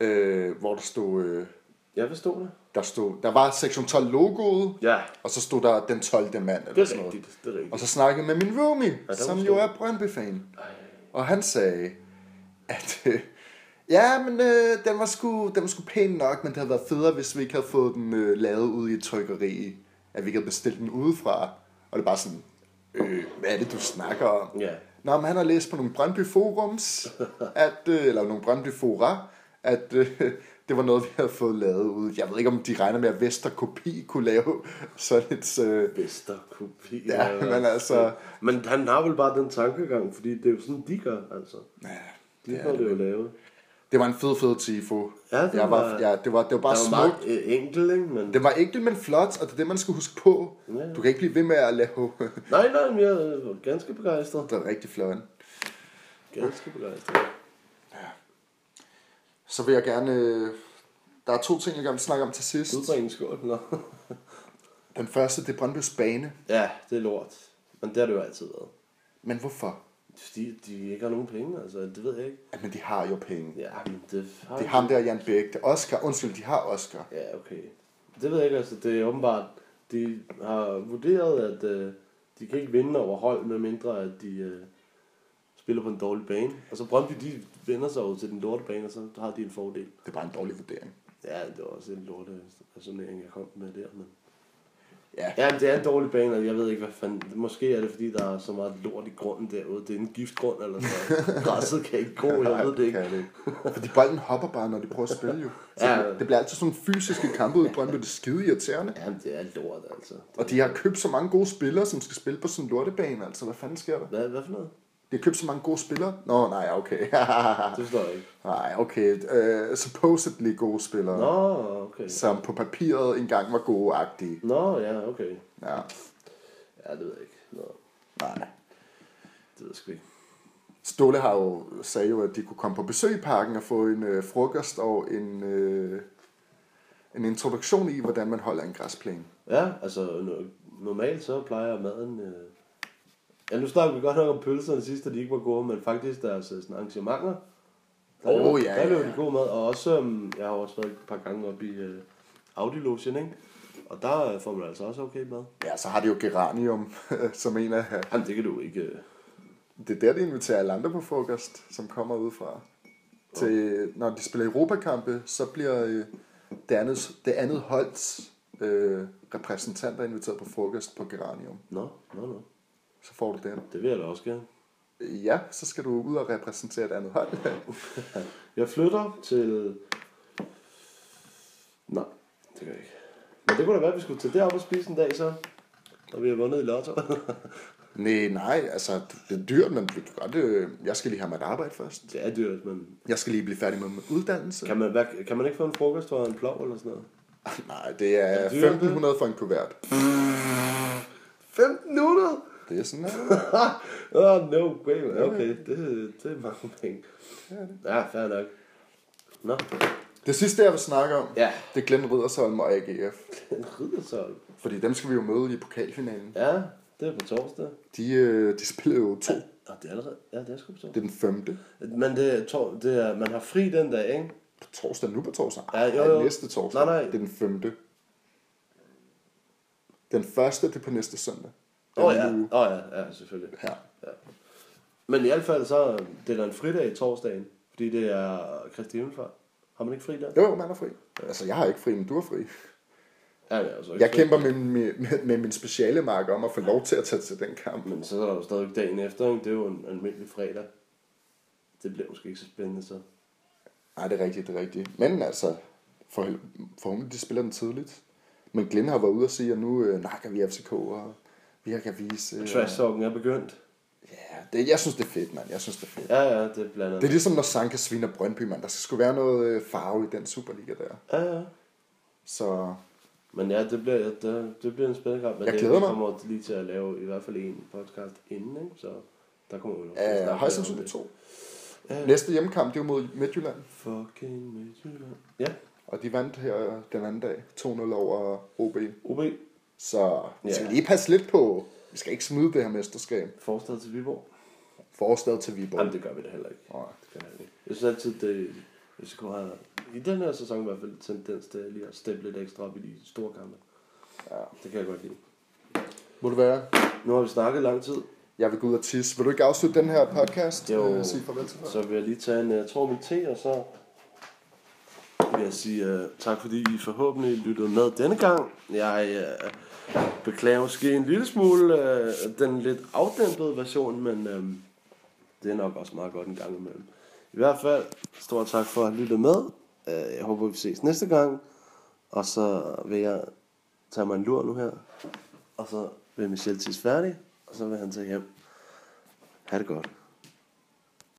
Speaker 3: øh, hvor der stod, øh,
Speaker 2: jeg forstod det.
Speaker 3: der stod... Der var sektion 12 logoet,
Speaker 2: Ja,
Speaker 3: og så stod der den 12. mand,
Speaker 2: det
Speaker 3: eller
Speaker 2: er
Speaker 3: sådan noget.
Speaker 2: rigtigt, det er
Speaker 3: Og
Speaker 2: rigtigt.
Speaker 3: så snakkede jeg med min roomie, ja,
Speaker 2: var
Speaker 3: som
Speaker 2: stor.
Speaker 3: jo er Brøndby-fan. Og han sagde, at øh, ja, men øh, den, var sgu, den var sgu pæn nok, men det havde været federe, hvis vi ikke havde fået den øh, lavet ude i et trykkeri. At vi ikke havde bestilt den udefra. Og det er bare sådan, øh, hvad er det, du snakker om?
Speaker 2: Ja.
Speaker 3: Nå, men han har læst på nogle Brøndby-forums, at, øh, eller nogle Brøndby-fora, at øh, det var noget, vi havde fået lavet ud. Jeg ved ikke, om de regner med, at Vesterkopi kunne lave sådan et... Øh,
Speaker 2: Bedster kopi.
Speaker 3: Ja,
Speaker 2: eller hvad?
Speaker 3: men altså-
Speaker 2: Men han har vel bare den tankegang, fordi det er jo sådan, de gør, altså. De
Speaker 3: ja,
Speaker 2: får det jo lavet.
Speaker 3: Det var en fed, fed tifo.
Speaker 2: Ja, det
Speaker 3: jeg
Speaker 2: var-
Speaker 3: var, ja, det var, det var
Speaker 2: Der
Speaker 3: bare
Speaker 2: er jo
Speaker 3: smukt.
Speaker 2: meget øh, enkelt, ikke? Men...
Speaker 3: Det var enkelt, men flot, og det er det, man skal huske på.
Speaker 2: Ja.
Speaker 3: Du kan ikke blive ved med at lave...
Speaker 2: Nej, nej, men jeg øh, var ganske begejstret.
Speaker 3: det er rigtig flot.
Speaker 2: Ganske begejstret.
Speaker 3: Så vil jeg gerne... øh, Der er to ting, jeg gerne vil snakke om til sidst.
Speaker 2: Udbring en skål, nå.
Speaker 3: Den første, det er Brøndbys bane.
Speaker 2: Ja, det er lort. Men det har det jo altid været.
Speaker 3: Men hvorfor?
Speaker 2: Fordi de ikke har nogen penge, altså. Det ved jeg ikke.
Speaker 3: Jamen, de har jo penge.
Speaker 2: Ja, men det har
Speaker 3: Det er ham der, Jan Bæk. Det er Oscar. Undskyld, de har Oscar.
Speaker 2: Ja, okay. Det ved jeg ikke, altså. Det er åbenbart, de har vurderet, at øh, de kan ikke vinde over hold, medmindre at de øh, spiller på en dårlig bane. Og så Brøndby, de vender sig over til den lorte bane, og så har de en fordel.
Speaker 3: Det er bare en dårlig vurdering.
Speaker 2: Ja, det var også en lorte resonering, jeg kom med der, men...
Speaker 3: Ja.
Speaker 2: Ja, men det er en dårlig bane, og jeg ved ikke, hvad fanden... Måske er det, fordi der er så meget lort i grunden derude. Det er en giftgrund, eller så. Græsset kan ikke gro, jeg ved det ikke.
Speaker 3: Kan det ikke. Fordi bolden hopper bare, når de prøver at spille jo. Så
Speaker 2: Ja.
Speaker 3: det, det bliver altid sådan fysiske kampe ud i Brøndby. Det er skide irriterende.
Speaker 2: Jamen, det er lort, altså.
Speaker 3: Og de har købt så mange gode spillere, som skal spille på sådan en lortebane. Altså, hvad fanden sker der?
Speaker 2: Hvad, hvad for noget?
Speaker 3: De har købt så mange gode spillere. Nå, nej, okay.
Speaker 2: Det forstår jeg ikke.
Speaker 3: nej, okay. Uh, supposedly gode spillere,
Speaker 2: Nå, okay.
Speaker 3: som på papiret engang var gode-agtige.
Speaker 2: Nå, ja, okay.
Speaker 3: Ja,
Speaker 2: Ja, det ved jeg ikke. Nå,
Speaker 3: nej.
Speaker 2: det ved jeg sgu ikke.
Speaker 3: Så Ståle har jo, sagde jo, at de kunne komme på besøg i parken og få en øh, frokost og en, øh, en introduktion i, hvordan man holder en græsplæne.
Speaker 2: Ja, altså no- normalt så plejer maden... Øh... Ja, nu snakker vi godt nok om pølserne sidst, da de ikke var gode, men faktisk deres øh, sådan, arrangementer, der,
Speaker 3: Åh,
Speaker 2: laver-
Speaker 3: ja,
Speaker 2: der
Speaker 3: ja,
Speaker 2: løb
Speaker 3: ja.
Speaker 2: de god mad. Og også, øhm, jeg har også været et par gange op i øh, Audi-logen, ikke? Og der øh, får man altså også okay mad.
Speaker 3: Ja, så har de jo geranium, som en af...
Speaker 2: Jamen, det kan du ikke... Øh...
Speaker 3: Det er der, de inviterer alle andre på frokost, som kommer udefra. Til, når de spiller Europakampe, så bliver øh, det andet, det andet holds øh, repræsentanter inviteret på frokost på geranium.
Speaker 2: Nå, nå, nå.
Speaker 3: Så får du den.
Speaker 2: Det vil jeg da også gerne.
Speaker 3: Ja, så skal du ud og repræsentere et andet hold.
Speaker 2: Jeg flytter til... Nej, det gør jeg ikke. Men det kunne da være, at vi skulle til derop og spise en dag så. Når vi har vundet i lotto.
Speaker 3: nej, nej, altså det er dyrt, men vi kan godt, øh, jeg skal lige have mit arbejde først.
Speaker 2: det er dyrt, men...
Speaker 3: Jeg skal lige blive færdig med min uddannelse.
Speaker 2: Kan man, hvad, kan man ikke få en frokost for en plov eller sådan noget?
Speaker 3: Nej, det er
Speaker 2: det dyrt, det?
Speaker 3: 1500 for en kuvert.
Speaker 2: 1500?
Speaker 3: Det er sådan, øh, at
Speaker 2: oh, no way, man. Okay, det, det er mange penge. Ja, fair nok. Nå,
Speaker 3: Det sidste, jeg vil snakke om,
Speaker 2: Ja.
Speaker 3: det er Glenn Riddersholm og AGF.
Speaker 2: den rider så.
Speaker 3: Fordi dem skal vi jo møde i pokalfinalen.
Speaker 2: Ja, det er på torsdag.
Speaker 3: De, øh, de spillede jo to.
Speaker 2: Og det er allerede... Ja, det er sgu på
Speaker 3: Det er
Speaker 2: torsdag.
Speaker 3: den femte.
Speaker 2: Men det er, tor, det er, man har fri den dag, ikke?
Speaker 3: På torsdag, nu på torsdag.
Speaker 2: Ja,
Speaker 3: Ej,
Speaker 2: jo, jo.
Speaker 3: næste torsdag.
Speaker 2: Nej, nej.
Speaker 3: Det er den femte. Den første, det er på næste søndag. Den
Speaker 2: Åh oh, ja,
Speaker 3: anden uge.
Speaker 2: oh, ja, ja, selvfølgelig.
Speaker 3: Ja.
Speaker 2: Men i hvert fald så det er der en fridag i torsdagen, fordi det er Kristi Himmelfart. Har man ikke fri der?
Speaker 3: Jo, jo, man er fri. Altså, jeg har ikke fri, men du er fri.
Speaker 2: Ja, ja, altså ikke
Speaker 3: Jeg
Speaker 2: fri.
Speaker 3: kæmper med, med, med, med min speciale mark om at få lov til at tage til den kamp.
Speaker 2: Men så er der jo stadig dagen efter, ikke? det er jo en almindelig fredag. Det bliver måske ikke så spændende så.
Speaker 3: Nej, det er rigtigt, det er rigtigt. Men altså, for, forhåbentlig de spiller den tidligt. Men Glenn har været ude og sige, at nu øh, nakker vi FCK, og vi kan vise... Øh,
Speaker 2: Trash talken er begyndt.
Speaker 3: ja, det, jeg synes, det er fedt, mand. Jeg synes, det er fedt.
Speaker 2: Ja, ja, det er blandt
Speaker 3: Det er
Speaker 2: andet.
Speaker 3: ligesom, når Sanka sviner Brøndby, mand. Der skal sgu være noget øh, farve i den Superliga der.
Speaker 2: Ja, ja.
Speaker 3: Så
Speaker 2: Men ja, det bliver, ja, det, det bliver en spændende kamp. Men
Speaker 3: Jeg
Speaker 2: det-
Speaker 3: glæder
Speaker 2: vi
Speaker 3: mig.
Speaker 2: kommer lige til at lave i hvert fald en podcast inden, ikke? så der kommer vi nok til at
Speaker 3: øh,
Speaker 2: snakke
Speaker 3: højst
Speaker 2: mere om
Speaker 3: sandsynligt
Speaker 2: det.
Speaker 3: to.
Speaker 2: Ja.
Speaker 3: Næste hjemmekamp, det er jo mod Midtjylland.
Speaker 2: Fucking Midtjylland. Ja,
Speaker 3: Og de vandt her den anden dag 2-0 over OB.
Speaker 2: OB,
Speaker 3: Så vi skal
Speaker 2: Ja.
Speaker 3: lige passe lidt på. Vi skal ikke smide det her mesterskab.
Speaker 2: forstad til Viborg.
Speaker 3: Forstad til Viborg.
Speaker 2: Jamen, det gør vi da heller ikke.
Speaker 3: Nej.
Speaker 2: Det gør jeg ikke. Jeg synes altid, det FCK har i den her sæson i hvert fald tendens til lige at steppe lidt ekstra op i de store kampe.
Speaker 3: Ja.
Speaker 2: Det kan jeg godt lide.
Speaker 3: Må det være?
Speaker 2: Nu har vi snakket lang tid,
Speaker 3: Jeg vil gå ud og tisse. Vil du ikke afslutte den her podcast?
Speaker 2: Jo.
Speaker 3: Øh, sige farvel til folk.
Speaker 2: så vil jeg lige tage en uh, tår med te, og så vil jeg sige uh, tak, fordi I forhåbentlig lyttede med denne gang. Jeg uh, beklager måske en lille smule uh, den lidt afdæmpede version, men uh, det er nok også meget godt en gang imellem. I hvert fald, stor tak for at lytte med. Uh, jeg håber, vi ses næste gang. Og så vil jeg tage mig en lur nu her. Og så vil Michelle tisse færdig, og så vil han tage hjem. Ha' det godt.